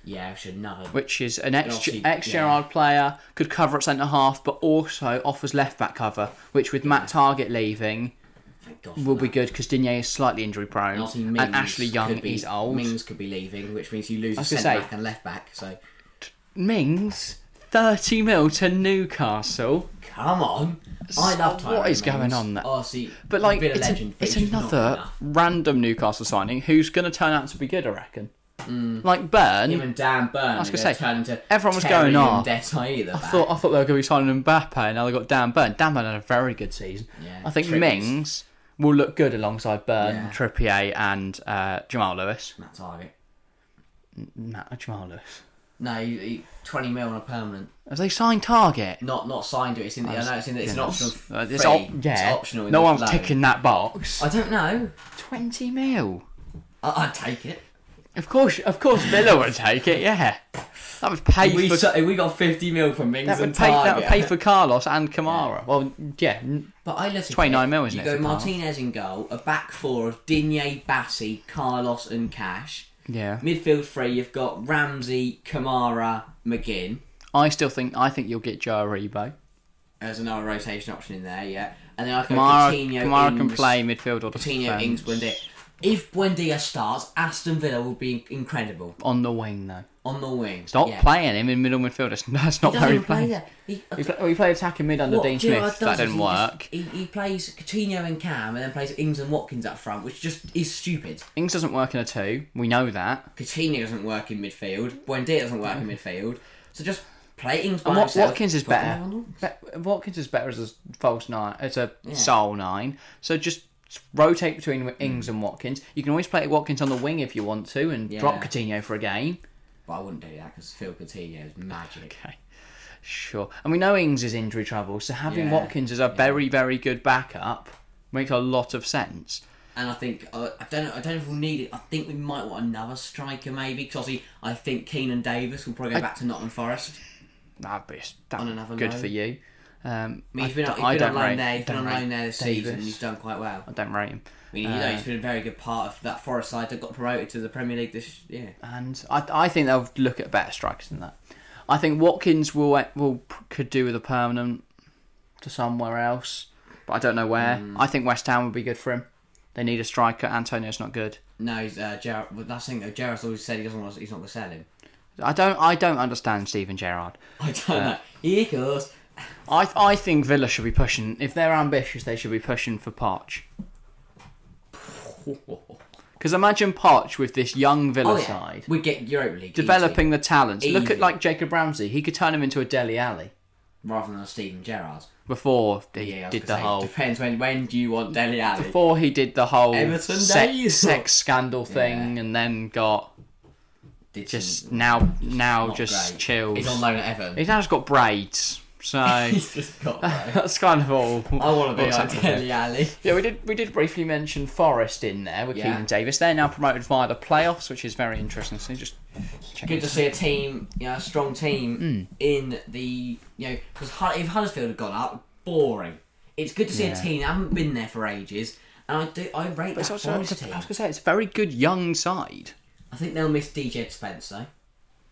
B: Yeah, we should not. have-
A: which is an ex
B: obviously-
A: ex Gerard player, could cover at centre half, but also offers left back cover, which with Matt Target leaving
B: Thank God for
A: will
B: that.
A: be good because Digne is slightly injury prone
B: And obviously
A: and
B: Mings
A: Ashley Young
B: could be,
A: is old.
B: Mings could be leaving, which means you lose a
A: was gonna
B: centre
A: say-
B: back and left back. So
A: Mings, 30 mil to Newcastle.
B: come on, I love
A: So what
B: Tyrone
A: is going
B: Mings.
A: on there?
B: Oh, see,
A: But like,
B: he's been a
A: it's, a-
B: legend, but
A: it's
B: he's just not good
A: another
B: enough.
A: random Newcastle signing who's going to turn out to be good, I reckon.
B: Mm.
A: Like Byrne,
B: Him and Dan Burn. I
A: was gonna say,
B: turned into
A: everyone was
B: Terry
A: going
B: and
A: off.
B: Desai either
A: I thought I thought they were going to be signing Mbappe, and now they got Dan Byrne. Dan Byrne had a very good season.
B: Yeah,
A: I think
B: Trippiers.
A: Mings will look good alongside Byrne,
B: Yeah.
A: Trippier, and uh, Jamal Lewis.
B: Matt Target.
A: Nah, Jamal Lewis.
B: No, he, he, twenty mil on a permanent.
A: Have they signed Target?
B: Not not signed to it. It's in. The, I know it's in. The, it's an optional. Free.
A: Uh,
B: It's,
A: it's op- yeah,
B: optional. in
A: no
B: the
A: one's
B: loan.
A: ticking that box.
B: I don't know.
A: Twenty mil.
B: I, I'd take it.
A: Of course, of course, Villa would take it. Yeah, that would pay
B: We,
A: for
B: so, we got fifty mil from Mings
A: that
B: and
A: would pay, that would
B: Target.
A: pay for Carlos and Kamara. Well, yeah, n-
B: But I listen.
A: 29
B: to
A: mil, isn't
B: you
A: it,
B: You
A: for
B: go
A: Carl?
B: Martinez in goal, a back four of Digne, Bassi, Carlos, and Cash.
A: yeah.
B: Midfield three, you've got Ramsey, Kamara, McGinn
A: I still think I think you'll get Joe Aribo.
B: as another rotation option in there, yeah. And then I can
A: Kamara,
B: Coutinho,
A: Kamara can
B: Ings,
A: play midfield or defence.
B: Coutinho, Ings, Buendia. If Buendia starts, Aston Villa will be incredible
A: on the wing though.
B: on the wing.
A: Stop
B: yeah.
A: playing him in middle midfield. It's, that's not
B: He
A: very
B: doesn't play
A: playing.
B: there. He,
A: We play, we play attacking mid under
B: what
A: Dean
B: Gerrard
A: Smith. That
B: does is
A: didn't
B: he just-
A: work.
B: he, he plays Coutinho and Cam, and then plays Ings and Watkins up front, which just is stupid.
A: Ings doesn't work in a two. We know that.
B: Coutinho doesn't work in midfield. Buendia doesn't work in midfield. So just play Ings by
A: And Wat-
B: himself.
A: Watkins is
B: Put him
A: better. Be-
B: on.
A: Watkins is better as a false nine, as a soul nine. So just rotate between Ings and Watkins. You can always play Watkins on the wing if you want to, and drop
B: Yeah.
A: Coutinho for a game.
B: But I wouldn't do that because Phil Coutinho is magic.
A: Okay, sure. And we know Ings is injury trouble, so having
B: Yeah.
A: Watkins as a very, very good backup makes a lot of sense.
B: And I think uh, I don't know. I don't know if we'll need it. I think we might want another striker maybe because I think Keenan Davis will probably go back to Nottingham Forest.
A: That'd be that
B: On another
A: good
B: loan.
A: for you. Um,
B: I mean, he's been,
A: d-
B: he's been
A: rate-
B: on loan there. He's been
A: don't
B: on
A: rate
B: loan there this season. and
A: Davis. Uh.
B: He's done quite well.
A: I don't rate him.
B: I mean, you know, he's been a very good part of that Forest side that got promoted to the Premier League this year.
A: and I, I think they'll look at better strikers than that. I think Watkins will will could do with a permanent to somewhere else, but I don't know where. I think West Ham would be good for him. They need a striker. Antonio's not good.
B: No, he's, uh, Gerard, well, that's the thing though. Gerard's always said he doesn't want. To, he's not going to sell him.
A: I don't I don't understand Steven Gerrard.
B: I don't
A: Uh.
B: know. Here goes.
A: I I think Villa should be pushing. If they're ambitious, they should be pushing for Poch. Oh, Because imagine Poch with this young Villa
B: Oh, yeah.
A: side
B: We get Europa League
A: developing the talents. Look
B: Easy.
A: at like Jacob Ramsey. He could turn him into a Deli Alley
B: easy, rather than Steven Gerrard.
A: before he
B: Yeah, I was
A: did
B: gonna
A: the
B: say,
A: whole
B: Depends when when do you want Deli Alley?
A: before he did the whole
B: Everton
A: se-
B: days.
A: sex scandal thing and then got
B: Did
A: just
B: some-
A: now now
B: not
A: just
B: great.
A: chills.
B: He's on loan at Everton.
A: He's now just got braids, so
B: He's just got. I
A: that's kind of all.
B: want to be
A: what's
B: like
A: happened here.
B: Deli Alley.
A: Yeah, we did. We did briefly mention Forest in there with
B: Yeah.
A: Keenan Davis. They're now promoted via the playoffs, which is very interesting. So just check
B: Good to see a team, you know, a strong team
A: Hmm.
B: in the you know because if Huddersfield had gone up, boring. It's good to see a team that haven't been there for ages, and I do I rate
A: It's
B: that
A: also, I was
B: Forest team.
A: gonna say it's a very good young side.
B: I think they'll miss DJ Spencer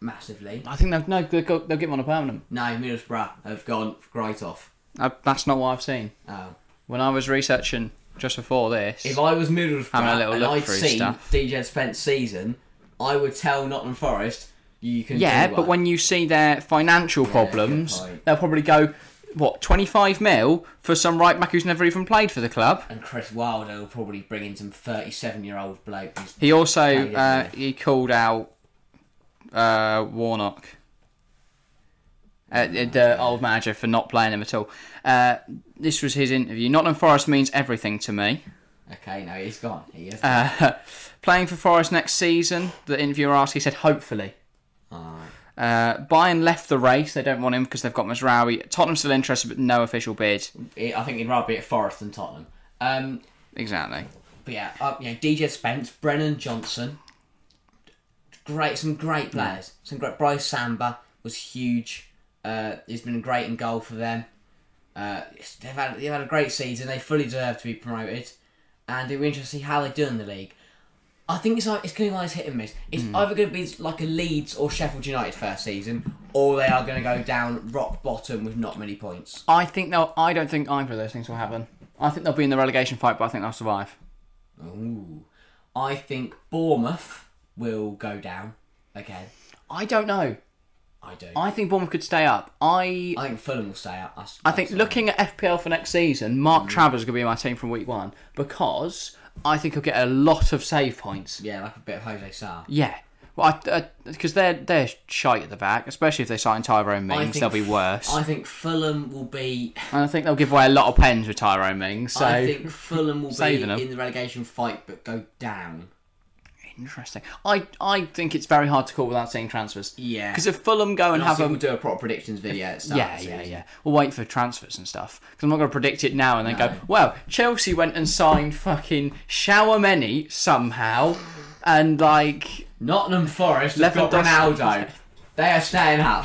B: massively.
A: I think they'll no, they'll, go, they'll get him on a permanent.
B: No, Middlesbrough have gone right off.
A: I, that's not what I've seen.
B: Oh.
A: When I was researching just before this,
B: If I was Middlesbrough
A: Having a little
B: and
A: look
B: I'd
A: through
B: seen
A: stuff.
B: DJ Spence season, I would tell Nottingham Forest you can.
A: yeah,
B: do
A: but
B: one.
A: when you see their financial problems,
B: point.
A: they'll probably go what twenty five mil for some right back who's never even played for the club.
B: and Chris Wilder will probably bring in some thirty-seven-year-old bloke. Who's,
A: He also
B: yeah.
A: uh, he called out uh, Warnock. uh, the- the old manager, for not playing him at all. Uh, this was his interview. Nottingham Forest means everything to me.
B: Okay, no, he's gone. He is.
A: Uh, playing for Forest next season, the interviewer asked, he said, hopefully.
B: Alright.
A: Uh, Bayern left the race. They don't want him because they've got Masraoui. Tottenham still interested, but no official bid.
B: He- I think he'd rather be at Forest than Tottenham. Um,
A: Exactly.
B: but yeah, uh, yeah, DJ Spence, Brennan Johnson, great, some great players. Some great. Bryce Samba was huge. Uh, he's been great in goal for them. Uh, it's- they've had they've had a great season. They fully deserve to be promoted, and it'll be interesting to see how they do in the league. I think it's like, it's going to be like this hit and miss. It's either going to be like a Leeds or Sheffield United first season, or they are going to go down rock bottom with not many points.
A: I think they'll. I don't think either of those things will happen. I think they'll be in the relegation fight, but I think they'll survive.
B: Ooh. I think Bournemouth will go down again.
A: I don't know.
B: I do. I,
A: I think Bournemouth could stay up. I.
B: think Fulham will stay up. That's,
A: I think looking at FPL for next season, Mark
B: Mm.
A: Travers is going to be my team from week one because I think he'll get a lot of save points.
B: Yeah, like a bit of Jose Sarr.
A: Yeah. Well, because they're they're shite at the back, especially if they sign Tyrone
B: I
A: Mings,
B: think
A: they'll be
B: F-
A: worse.
B: I think Fulham will be.
A: and I think they'll give away a lot of pens with Tyrone Mings. So
B: I think Fulham will be
A: Saving 'em.
B: in the relegation fight, but go down.
A: Interesting. I, I think it's very hard to call without seeing transfers.
B: Yeah.
A: Because if Fulham go and
B: Have
A: have
B: them
A: a
B: do a proper predictions video. At the start
A: yeah
B: of the
A: yeah
B: season.
A: yeah, we'll wait for transfers and stuff. Because I'm not going to predict it now and then go, well, Chelsea went and signed fucking Shower Many somehow, and like
B: Nottingham Forest have got
A: Lewandowski.
B: Ronaldo. They are staying up.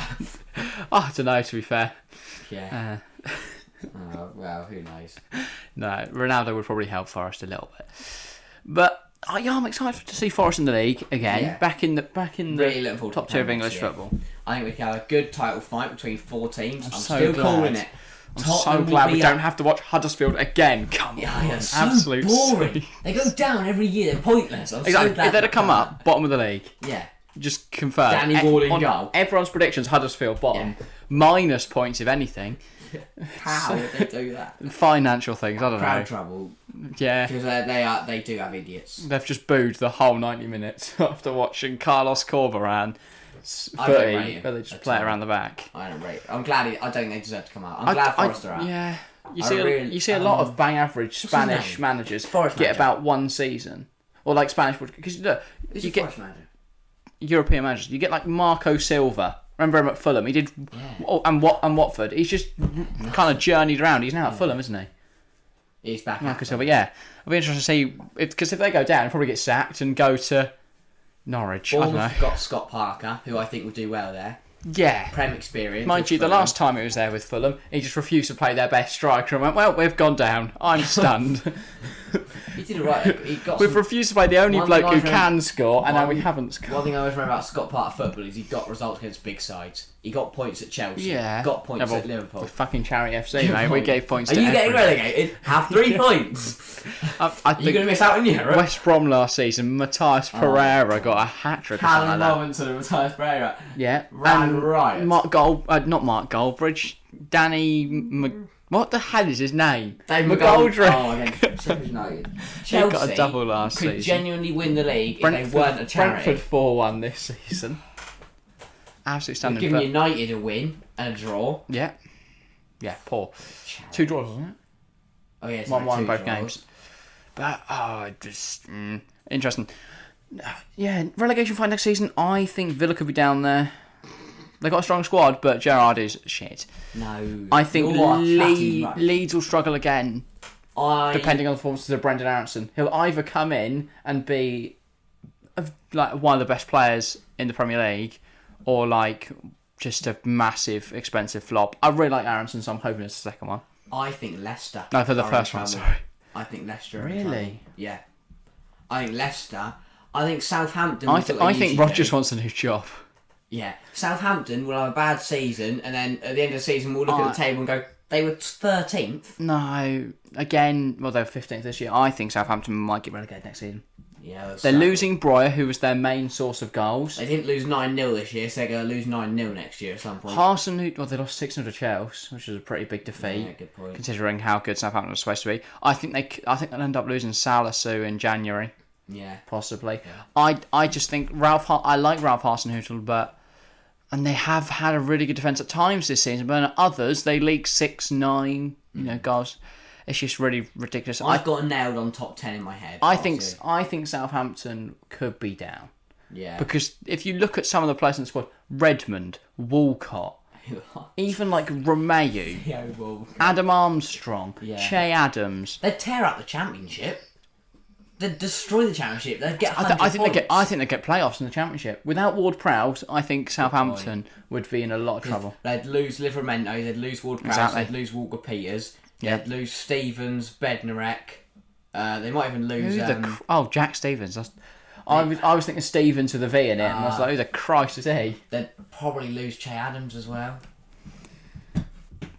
A: oh, I don't know. To be fair,
B: yeah.
A: Uh,
B: oh, well, who knows?
A: no, Ronaldo would probably help Forest a little bit, but. Oh, yeah, I'm excited to see Forest in the league again.
B: Yeah.
A: Back in the back in the
B: Really looking forward to
A: top tier of
B: Premier League,
A: English
B: yeah.
A: football.
B: I think we can have a good title fight between four teams. I'm,
A: so
B: still
A: glad.
B: calling it.
A: I'm
B: Tottenham
A: so
B: will
A: glad we
B: be
A: don't
B: up.
A: have to watch Huddersfield again. Come
B: Yeah,
A: on,
B: yeah, so
A: absolute
B: boring.
A: sweet.
B: They go down every year. They're pointless. I'm so
A: Exactly.
B: glad
A: if they'd
B: they've
A: have come
B: done
A: up, bottom of the league,
B: that. Yeah.
A: just confirm.
B: Danny
A: E-
B: Ward in
A: on
B: goal.
A: Everyone's predictions: Huddersfield bottom,
B: Yeah.
A: minus points if anything.
B: How would they do that?
A: Financial things, I don't
B: Crowd
A: know.
B: trouble
A: Yeah,
B: because uh, they are they do have idiots.
A: they've just booed the whole ninety minutes after watching Carlos Corberan s-
B: I don't rate
A: footy,
B: him
A: where they just
B: at
A: play it
B: all.
A: around the back.
B: I don't rate. I'm glad. He, I don't think they deserve to come out. I'm glad
A: I-
B: Forrest are out.
A: Yeah, you
B: I
A: see, a,
B: really-
A: you see a lot
B: um,
A: of bang average
B: his
A: Spanish
B: name?
A: managers
B: Forest
A: get
B: manager.
A: about one season, or like Spanish because look,
B: Who's
A: you
B: the
A: get
B: Forest manager?
A: European managers. You get like Marco Silva. Remember him at Fulham? He did,
B: Yeah.
A: oh, and what and Watford. He's just kind of journeyed around. He's now at Fulham, isn't he?
B: He's back.
A: Marco
B: after.
A: Silva. Yeah, I'll be interested to see because if, they go down, he'll probably get sacked and go to Norwich. I
B: Bournemouth
A: don't know.
B: got Scott Parker, who I think will do well there.
A: Yeah.
B: Prem experience.
A: Mind
B: with
A: you, the
B: Fulham.
A: last time he was there with Fulham, he just refused to play their best striker and went, "Well, we've gone down. I'm stunned.
B: he did all right. He got
A: we've
B: some
A: refused to play the only
B: One
A: bloke who
B: life
A: can score, and now
B: one-
A: we haven't scored."
B: One thing I always remember about Scott Parker football is he got results against big sides. He got points at Chelsea.
A: Yeah.
B: Got points
A: Yeah,
B: at
A: but
B: Liverpool.
A: With fucking Charity FC, mate. We gave points.
B: Are
A: to
B: you getting
A: everyone.
B: relegated? Have three points.
A: I, I
B: You're
A: think
B: going to miss out on Europe.
A: West Brom last season, Matthias Pereira got a hat trick. or something
B: Oh. Callum
A: like that.
B: Robinson and Matthias Pereira.
A: Yeah,
B: ran
A: And
B: riot.
A: Mark Gold, uh, not Mark Goldbridge. Danny, M- what the hell is his name?
B: Dave
A: McGoldrick.
B: Oh, again, Sheffield United.
A: He
B: Chelsea
A: got a double last
B: could
A: season.
B: genuinely win the league if they weren't a
A: Brentford
B: charity.
A: four-one this season. Absolutely
B: We've
A: stunning.
B: given
A: But,
B: United a win and a draw.
A: yeah, yeah, poor. Two draws, wasn't it?
B: Oh yeah, it's
A: One
B: like
A: one
B: two
A: both
B: draws.
A: games. But oh, it just mm, interesting. Yeah, relegation fight next season. I think Villa could be down there. They got a strong squad, but Gerard is shit.
B: No,
A: I think
B: You are chatting
A: Le-
B: much.
A: Leeds will struggle again,
B: I
A: depending on the performances of Brendan Aronson. He'll either come in and be a, like one of the best players in the Premier League, or like just a massive expensive flop. I really like Aronson, so I'm hoping it's the second one.
B: I think Leicester.
A: No, for the
B: are in
A: first one.
B: trouble.
A: Sorry.
B: I think Leicester. are in
A: Really?
B: trouble. Yeah. I think Leicester. I think Southampton.
A: I,
B: will do
A: th-
B: what
A: I
B: they
A: think
B: usually
A: Rogers
B: do.
A: wants a new job.
B: Yeah, Southampton will have a bad season, and then at the end of the season, we'll look
A: I-
B: at the table and go, "They were thirteenth.
A: No, again, well, they're 15th this year. I think Southampton might get relegated next season.
B: Yeah,
A: They're losing Breuer, who was their main source of goals.
B: They didn't lose nine 0 this year, so they're going to lose nine 0 next year at some point.
A: Parson, who, well, they lost 6 0 to Chelsea, which is a pretty big defeat.
B: Yeah, good point.
A: Considering how good Southampton was supposed to be, I think they, c- I think they'll end up losing Salisu in January,
B: Yeah,
A: possibly. I, I just think Ralph, Har- I like Ralph Harson Hootel, but and they have had a really good defense at times this season, but in others they leak six, nine. You
B: Mm.
A: know, goals. It's just really ridiculous. I
B: I've got a nailed on top ten in my head.
A: I think
B: obviously.
A: I think Southampton could be down
B: Yeah.
A: because if you look at some of the players in the squad, Redmond, Walcott, even like Romeo,
B: yeah, well,
A: Adam Armstrong,
B: Yeah.
A: Che Adams.
B: they'd tear up the championship. They'd destroy the championship. They'd get.
A: I, th- I think they get. I think they get playoffs in the championship without Ward Prowse. I think Southampton would be in a lot of trouble.
B: They'd lose Livermento. They'd lose Ward Prowse.
A: Exactly.
B: They'd lose Walker Peters.
A: Yeah.
B: They'd lose Stevens, Bednarek. Uh, they might even lose.
A: Who the
B: um,
A: cr- oh Jack Stevens. That's, I was I was thinking Stevens with a V in it, and I
B: Ah.
A: was like, who the Christ is he?
B: they'd probably lose Che Adams as well.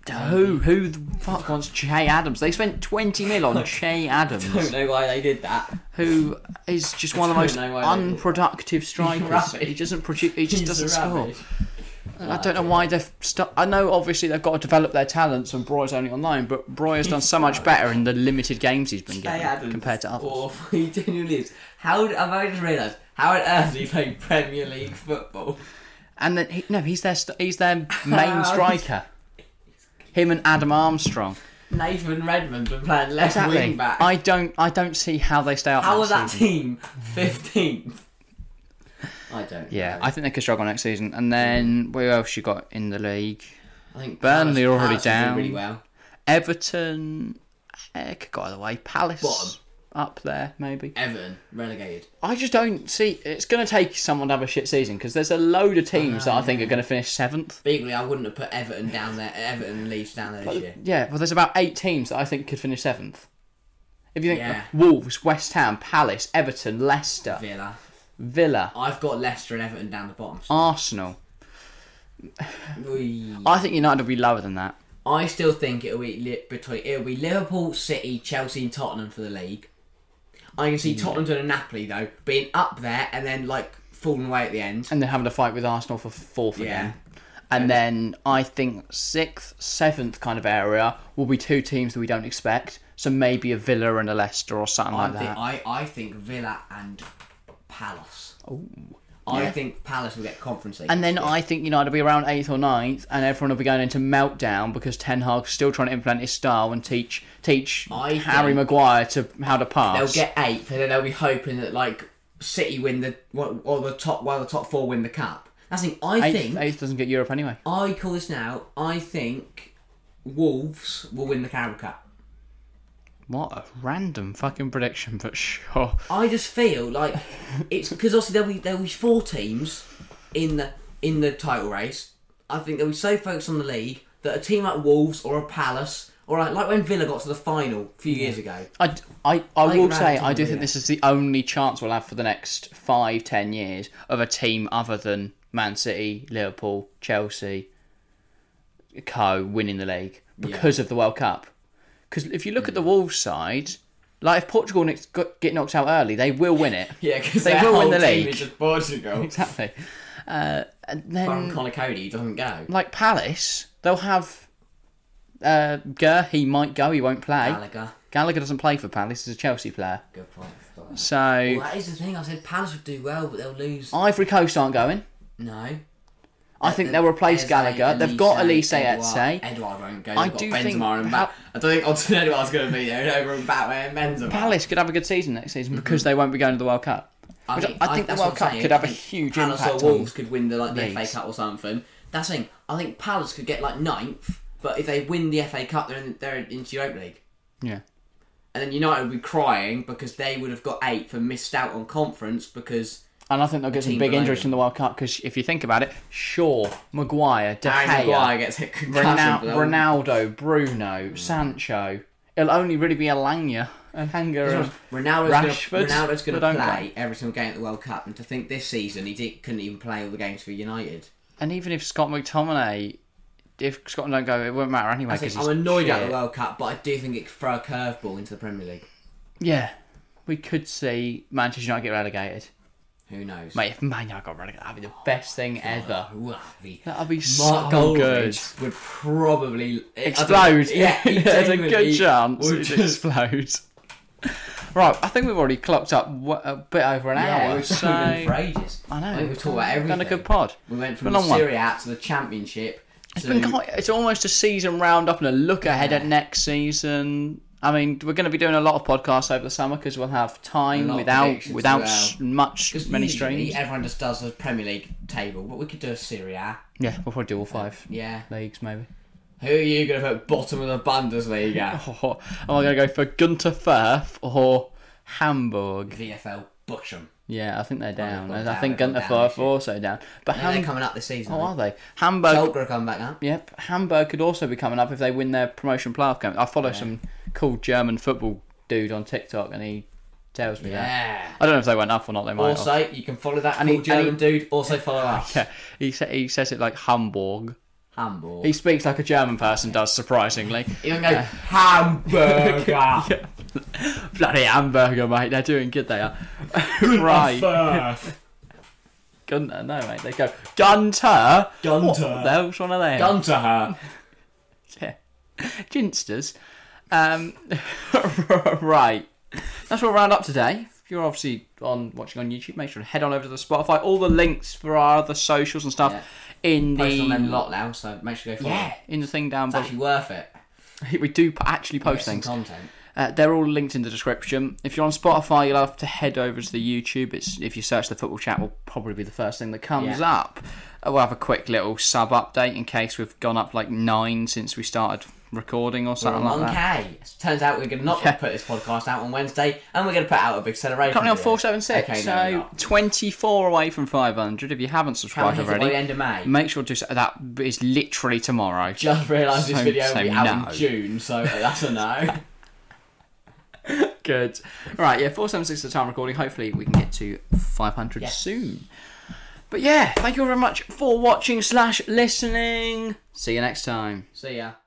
A: Who who the fuck wants Che Adams? They spent twenty mil on Che Adams,
B: Don't know why they did that.
A: who is just one of the most
B: Don't know why they did.
A: unproductive strikers.
B: Rubbish.
A: he doesn't produce. He just
B: He's
A: doesn't score.
B: rubbish.
A: I don't know why they've. St- I know obviously they've got to develop their talents, and Broy's only online, but Broy has done so much better in the limited games he's been
B: Hey,
A: given
B: Adams,
A: compared to others.
B: Awful. He genuinely is. How d- have I just realised? How on earth do you play Premier League football?
A: And then he, no, he's their st- he's their main
B: Ah,
A: striker. Him and Adam Armstrong.
B: Nathan Redmond been playing left
A: Exactly.
B: wing back.
A: I don't I don't see how they stay up.
B: How was
A: next
B: that
A: season.
B: team fifteenth? I don't.
A: Yeah,
B: know.
A: I think they could struggle next season. And then who else you got in the league?
B: I think
A: Burnley
B: Palace-
A: are already
B: Palace are doing
A: down.
B: Really well.
A: Everton. Eh, could go either way. Palace
B: Bottom.
A: up there maybe.
B: Everton relegated.
A: I just don't see. It's going to take someone to have a shit season because there's a load of teams that I think are going to finish seventh.
B: Legally, I wouldn't have put Everton down there. Everton and Leeds down there this year.
A: Yeah, well, there's about eight teams that I think could finish seventh. If you think
B: Yeah.
A: Wolves, West Ham, Palace, Everton, Leicester,
B: Villa.
A: Villa,
B: I've got Leicester and Everton down the bottom.
A: Arsenal.
B: We-
A: I think United will be lower than that.
B: I still think it'll be li- between it'll be Liverpool, City, Chelsea, and Tottenham for the league. I can see Tottenham and Napoli though being up there and then like falling away at the end.
A: And then having a fight with Arsenal for fourth again. And then I think sixth, seventh kind of area will be two teams that we don't expect. So maybe a Villa and a Leicester or something
B: I,
A: like
B: thi-
A: that.
B: I I think Villa and Palace. Oh, I
A: Yeah.
B: think Palace will get conference league.
A: And then I think United will be around eighth or ninth, and everyone will be going into meltdown because Ten Hag's still trying to implement his style and teach teach
B: I
A: Harry
B: think-
A: Maguire to how to
B: they'll
A: pass.
B: get eighth, and then they'll be hoping that like City win the or or the top well the top four win the cup. That's the thing. I
A: eighth,
B: think
A: eighth doesn't get Europe anyway.
B: I call this now. I think Wolves will win the Carabao Cup.
A: What a random fucking prediction, but sure.
B: I just feel like it's because obviously there'll be there'll be four teams in the in the title race. I think they'll be so focused on the league that a team like Wolves or a Palace or like, like when Villa got to the final a few years ago.
A: I, I, I will
B: think
A: say
B: Rand
A: I do
B: will,
A: think
B: yeah.
A: this is the only chance we'll have for the next five ten years of a team other than Man City, Liverpool, Chelsea, co winning the league because of the World Cup. Because if you look at the
B: Mm.
A: Wolves side, like if Portugal nick- got- get knocked out early, they will win it.
B: Yeah, because
A: They their will win whole the team league. is
B: just Portugal.
A: exactly. Uh, and
B: Baron
A: then
B: Connor Cody doesn't go.
A: like Palace, they'll have uh, Gur. He might go. He won't play.
B: Gallagher,
A: Gallagher doesn't play for Palace. He's a Chelsea player.
B: good point.
A: So.
B: Well, that is the thing. I said Palace would do well, but they'll lose.
A: Ivory Coast aren't going.
B: No.
A: I think they'll replace Gallagher. They've got Elise Etse.
B: Edouard won't go. They've
A: I
B: got
A: do
B: Benzema
A: think
B: and
A: Pal-
B: Ba- I don't think Odson Edouard's going to be there over and back and Benzema.
A: Palace could have a good season next season because they won't be going to the World Cup. Which I, I think
B: that's
A: the World
B: what I'm
A: Cup
B: saying.
A: could have
B: Mhm. I
A: a
B: think
A: huge
B: Palace
A: impact
B: or
A: on.
B: Wolves could win the like the FA
A: leagues.
B: Cup or something. That's the thing. I think Palace could get like ninth, but if they win the FA Cup, they're in, they're into Europa League.
A: Yeah.
B: And then United would be crying because they would have got eighth and missed out on conference because
A: And I think they'll get some
B: team
A: big
B: below
A: injuries
B: them.
A: from the World Cup because if you think about it, Shaw, Maguire, De
B: Harry
A: Gea,
B: Maguire Mm. gets hit concussion.
A: Ronal-
B: for the whole-
A: Ronaldo, Bruno, Sancho. It'll only really be Alanya and Hanger.
B: Ronaldo's
A: Rashford,
B: gonna- Ronaldo's going
A: but don't
B: to play every single game at the World Cup, and to think this season he did, couldn't even play all the games for United.
A: And even if Scott McTominay, if Scotland don't go, it won't matter anyway.
B: I think
A: 'cause
B: I'm
A: he's
B: annoyed at
A: shit.
B: the World Cup, but I do think it could throw a curveball into the Premier League.
A: Yeah. We could see Manchester United get relegated.
B: Who knows?
A: Mate, if Man United got relegated, that'd be the best thing ever.
B: Wow, the-
A: That'd be
B: Oh, Mark
A: so good.
B: Goldridge would probably I don't-
A: Explode.
B: Yeah, he
A: there's a
B: genuinely
A: good chance
B: would
A: it
B: just-
A: explodes. Right, I think we've already clocked up wha- a bit over an
B: yeah,
A: hour.
B: we've
A: so
B: been for ages.
A: I know.
B: I think we've talked about everything.
A: Done a good pod.
B: We went
A: Been
B: from the
A: on one.
B: Serie A to the Championship.
A: It's
B: to-
A: been quite, it's almost a season roundup and a look ahead at next season. I mean, we're going to be doing a lot of podcasts over the summer because we'll have
B: A lot
A: time
B: of
A: without
B: predictions as
A: without
B: well.
A: s- much
B: 'Cause
A: many
B: usually
A: streams.
B: Everyone just does the Premier League table, but we could do a Serie A.
A: Yeah, we'll probably do all five
B: Yeah.
A: leagues maybe.
B: Who are you going to put bottom of the Bundesliga?
A: Oh, am I going to go for Gunter Firth or Hamburg?
B: VFL Busham.
A: Yeah, I think they're down.
B: they've
A: I
B: gone
A: think
B: down,
A: Gunter
B: they've gone down
A: Firth are also down. But
B: How they
A: Ham-
B: coming up this season?
A: oh,
B: Oh,
A: are they? Hamburg
B: Schalke are coming back now.
A: Yep, Hamburg could also be coming up if they win their promotion playoff game. I follow some cool German football dude on TikTok, and he tells me that.
B: Yeah.
A: I don't know if they went up or not. They might. have.
B: Also, you can follow that
A: And
B: cool
A: he-
B: German
A: and
B: dude. Also follow us.
A: Yeah, he sa- he says it like Hamburg.
B: Hamburg.
A: He speaks like a German person does, surprisingly.
B: You can go hamburger.
A: Bloody hamburger, mate. They're doing good. They are. right,
B: Firth.
A: Gunter. No, mate. They go Gunter.
B: Gunter.
A: What the hell's one of them?
B: Done to her.
A: Yeah. Ginsters. Um, right. That's all round up today. If you're obviously on watching on YouTube, make sure to head on over to the Spotify. All the links for our other socials and stuff
B: Yeah.
A: in
B: Post on them a
A: the
B: lot now, so make sure you go follow.
A: yeah in the thing down
B: It's
A: below.
B: actually worth it.
A: We do p- actually
B: Get
A: post
B: some
A: things.
B: content.
A: Uh, they're all linked in the description. If you're on Spotify, you'll have to head over to the YouTube. It's if you search the football chat, will probably be the first thing that comes
B: Yeah.
A: up. Uh, we'll have a quick little sub update in case we've gone up like nine since we started recording or something like that.
B: 1K. It turns out we're gonna not
A: Yeah.
B: put this podcast out on Wednesday, and we're gonna put out a big celebration.
A: Currently on
B: video.
A: 476,
B: Okay, no, we're
A: so
B: not.
A: 24 away from 500. If you haven't
B: Can't
A: subscribed
B: hit it by the
A: already,
B: end of May.
A: make sure to do so. That is literally tomorrow.
B: Just realised this
A: So-
B: video
A: so
B: will be out
A: no.
B: in June, so that's a no.
A: Good. Right, yeah, 476 is the time recording. Hopefully, we can get to 500
B: Yes.
A: soon. But yeah, thank you all very much for watching slash listening. See you next time.
B: See ya.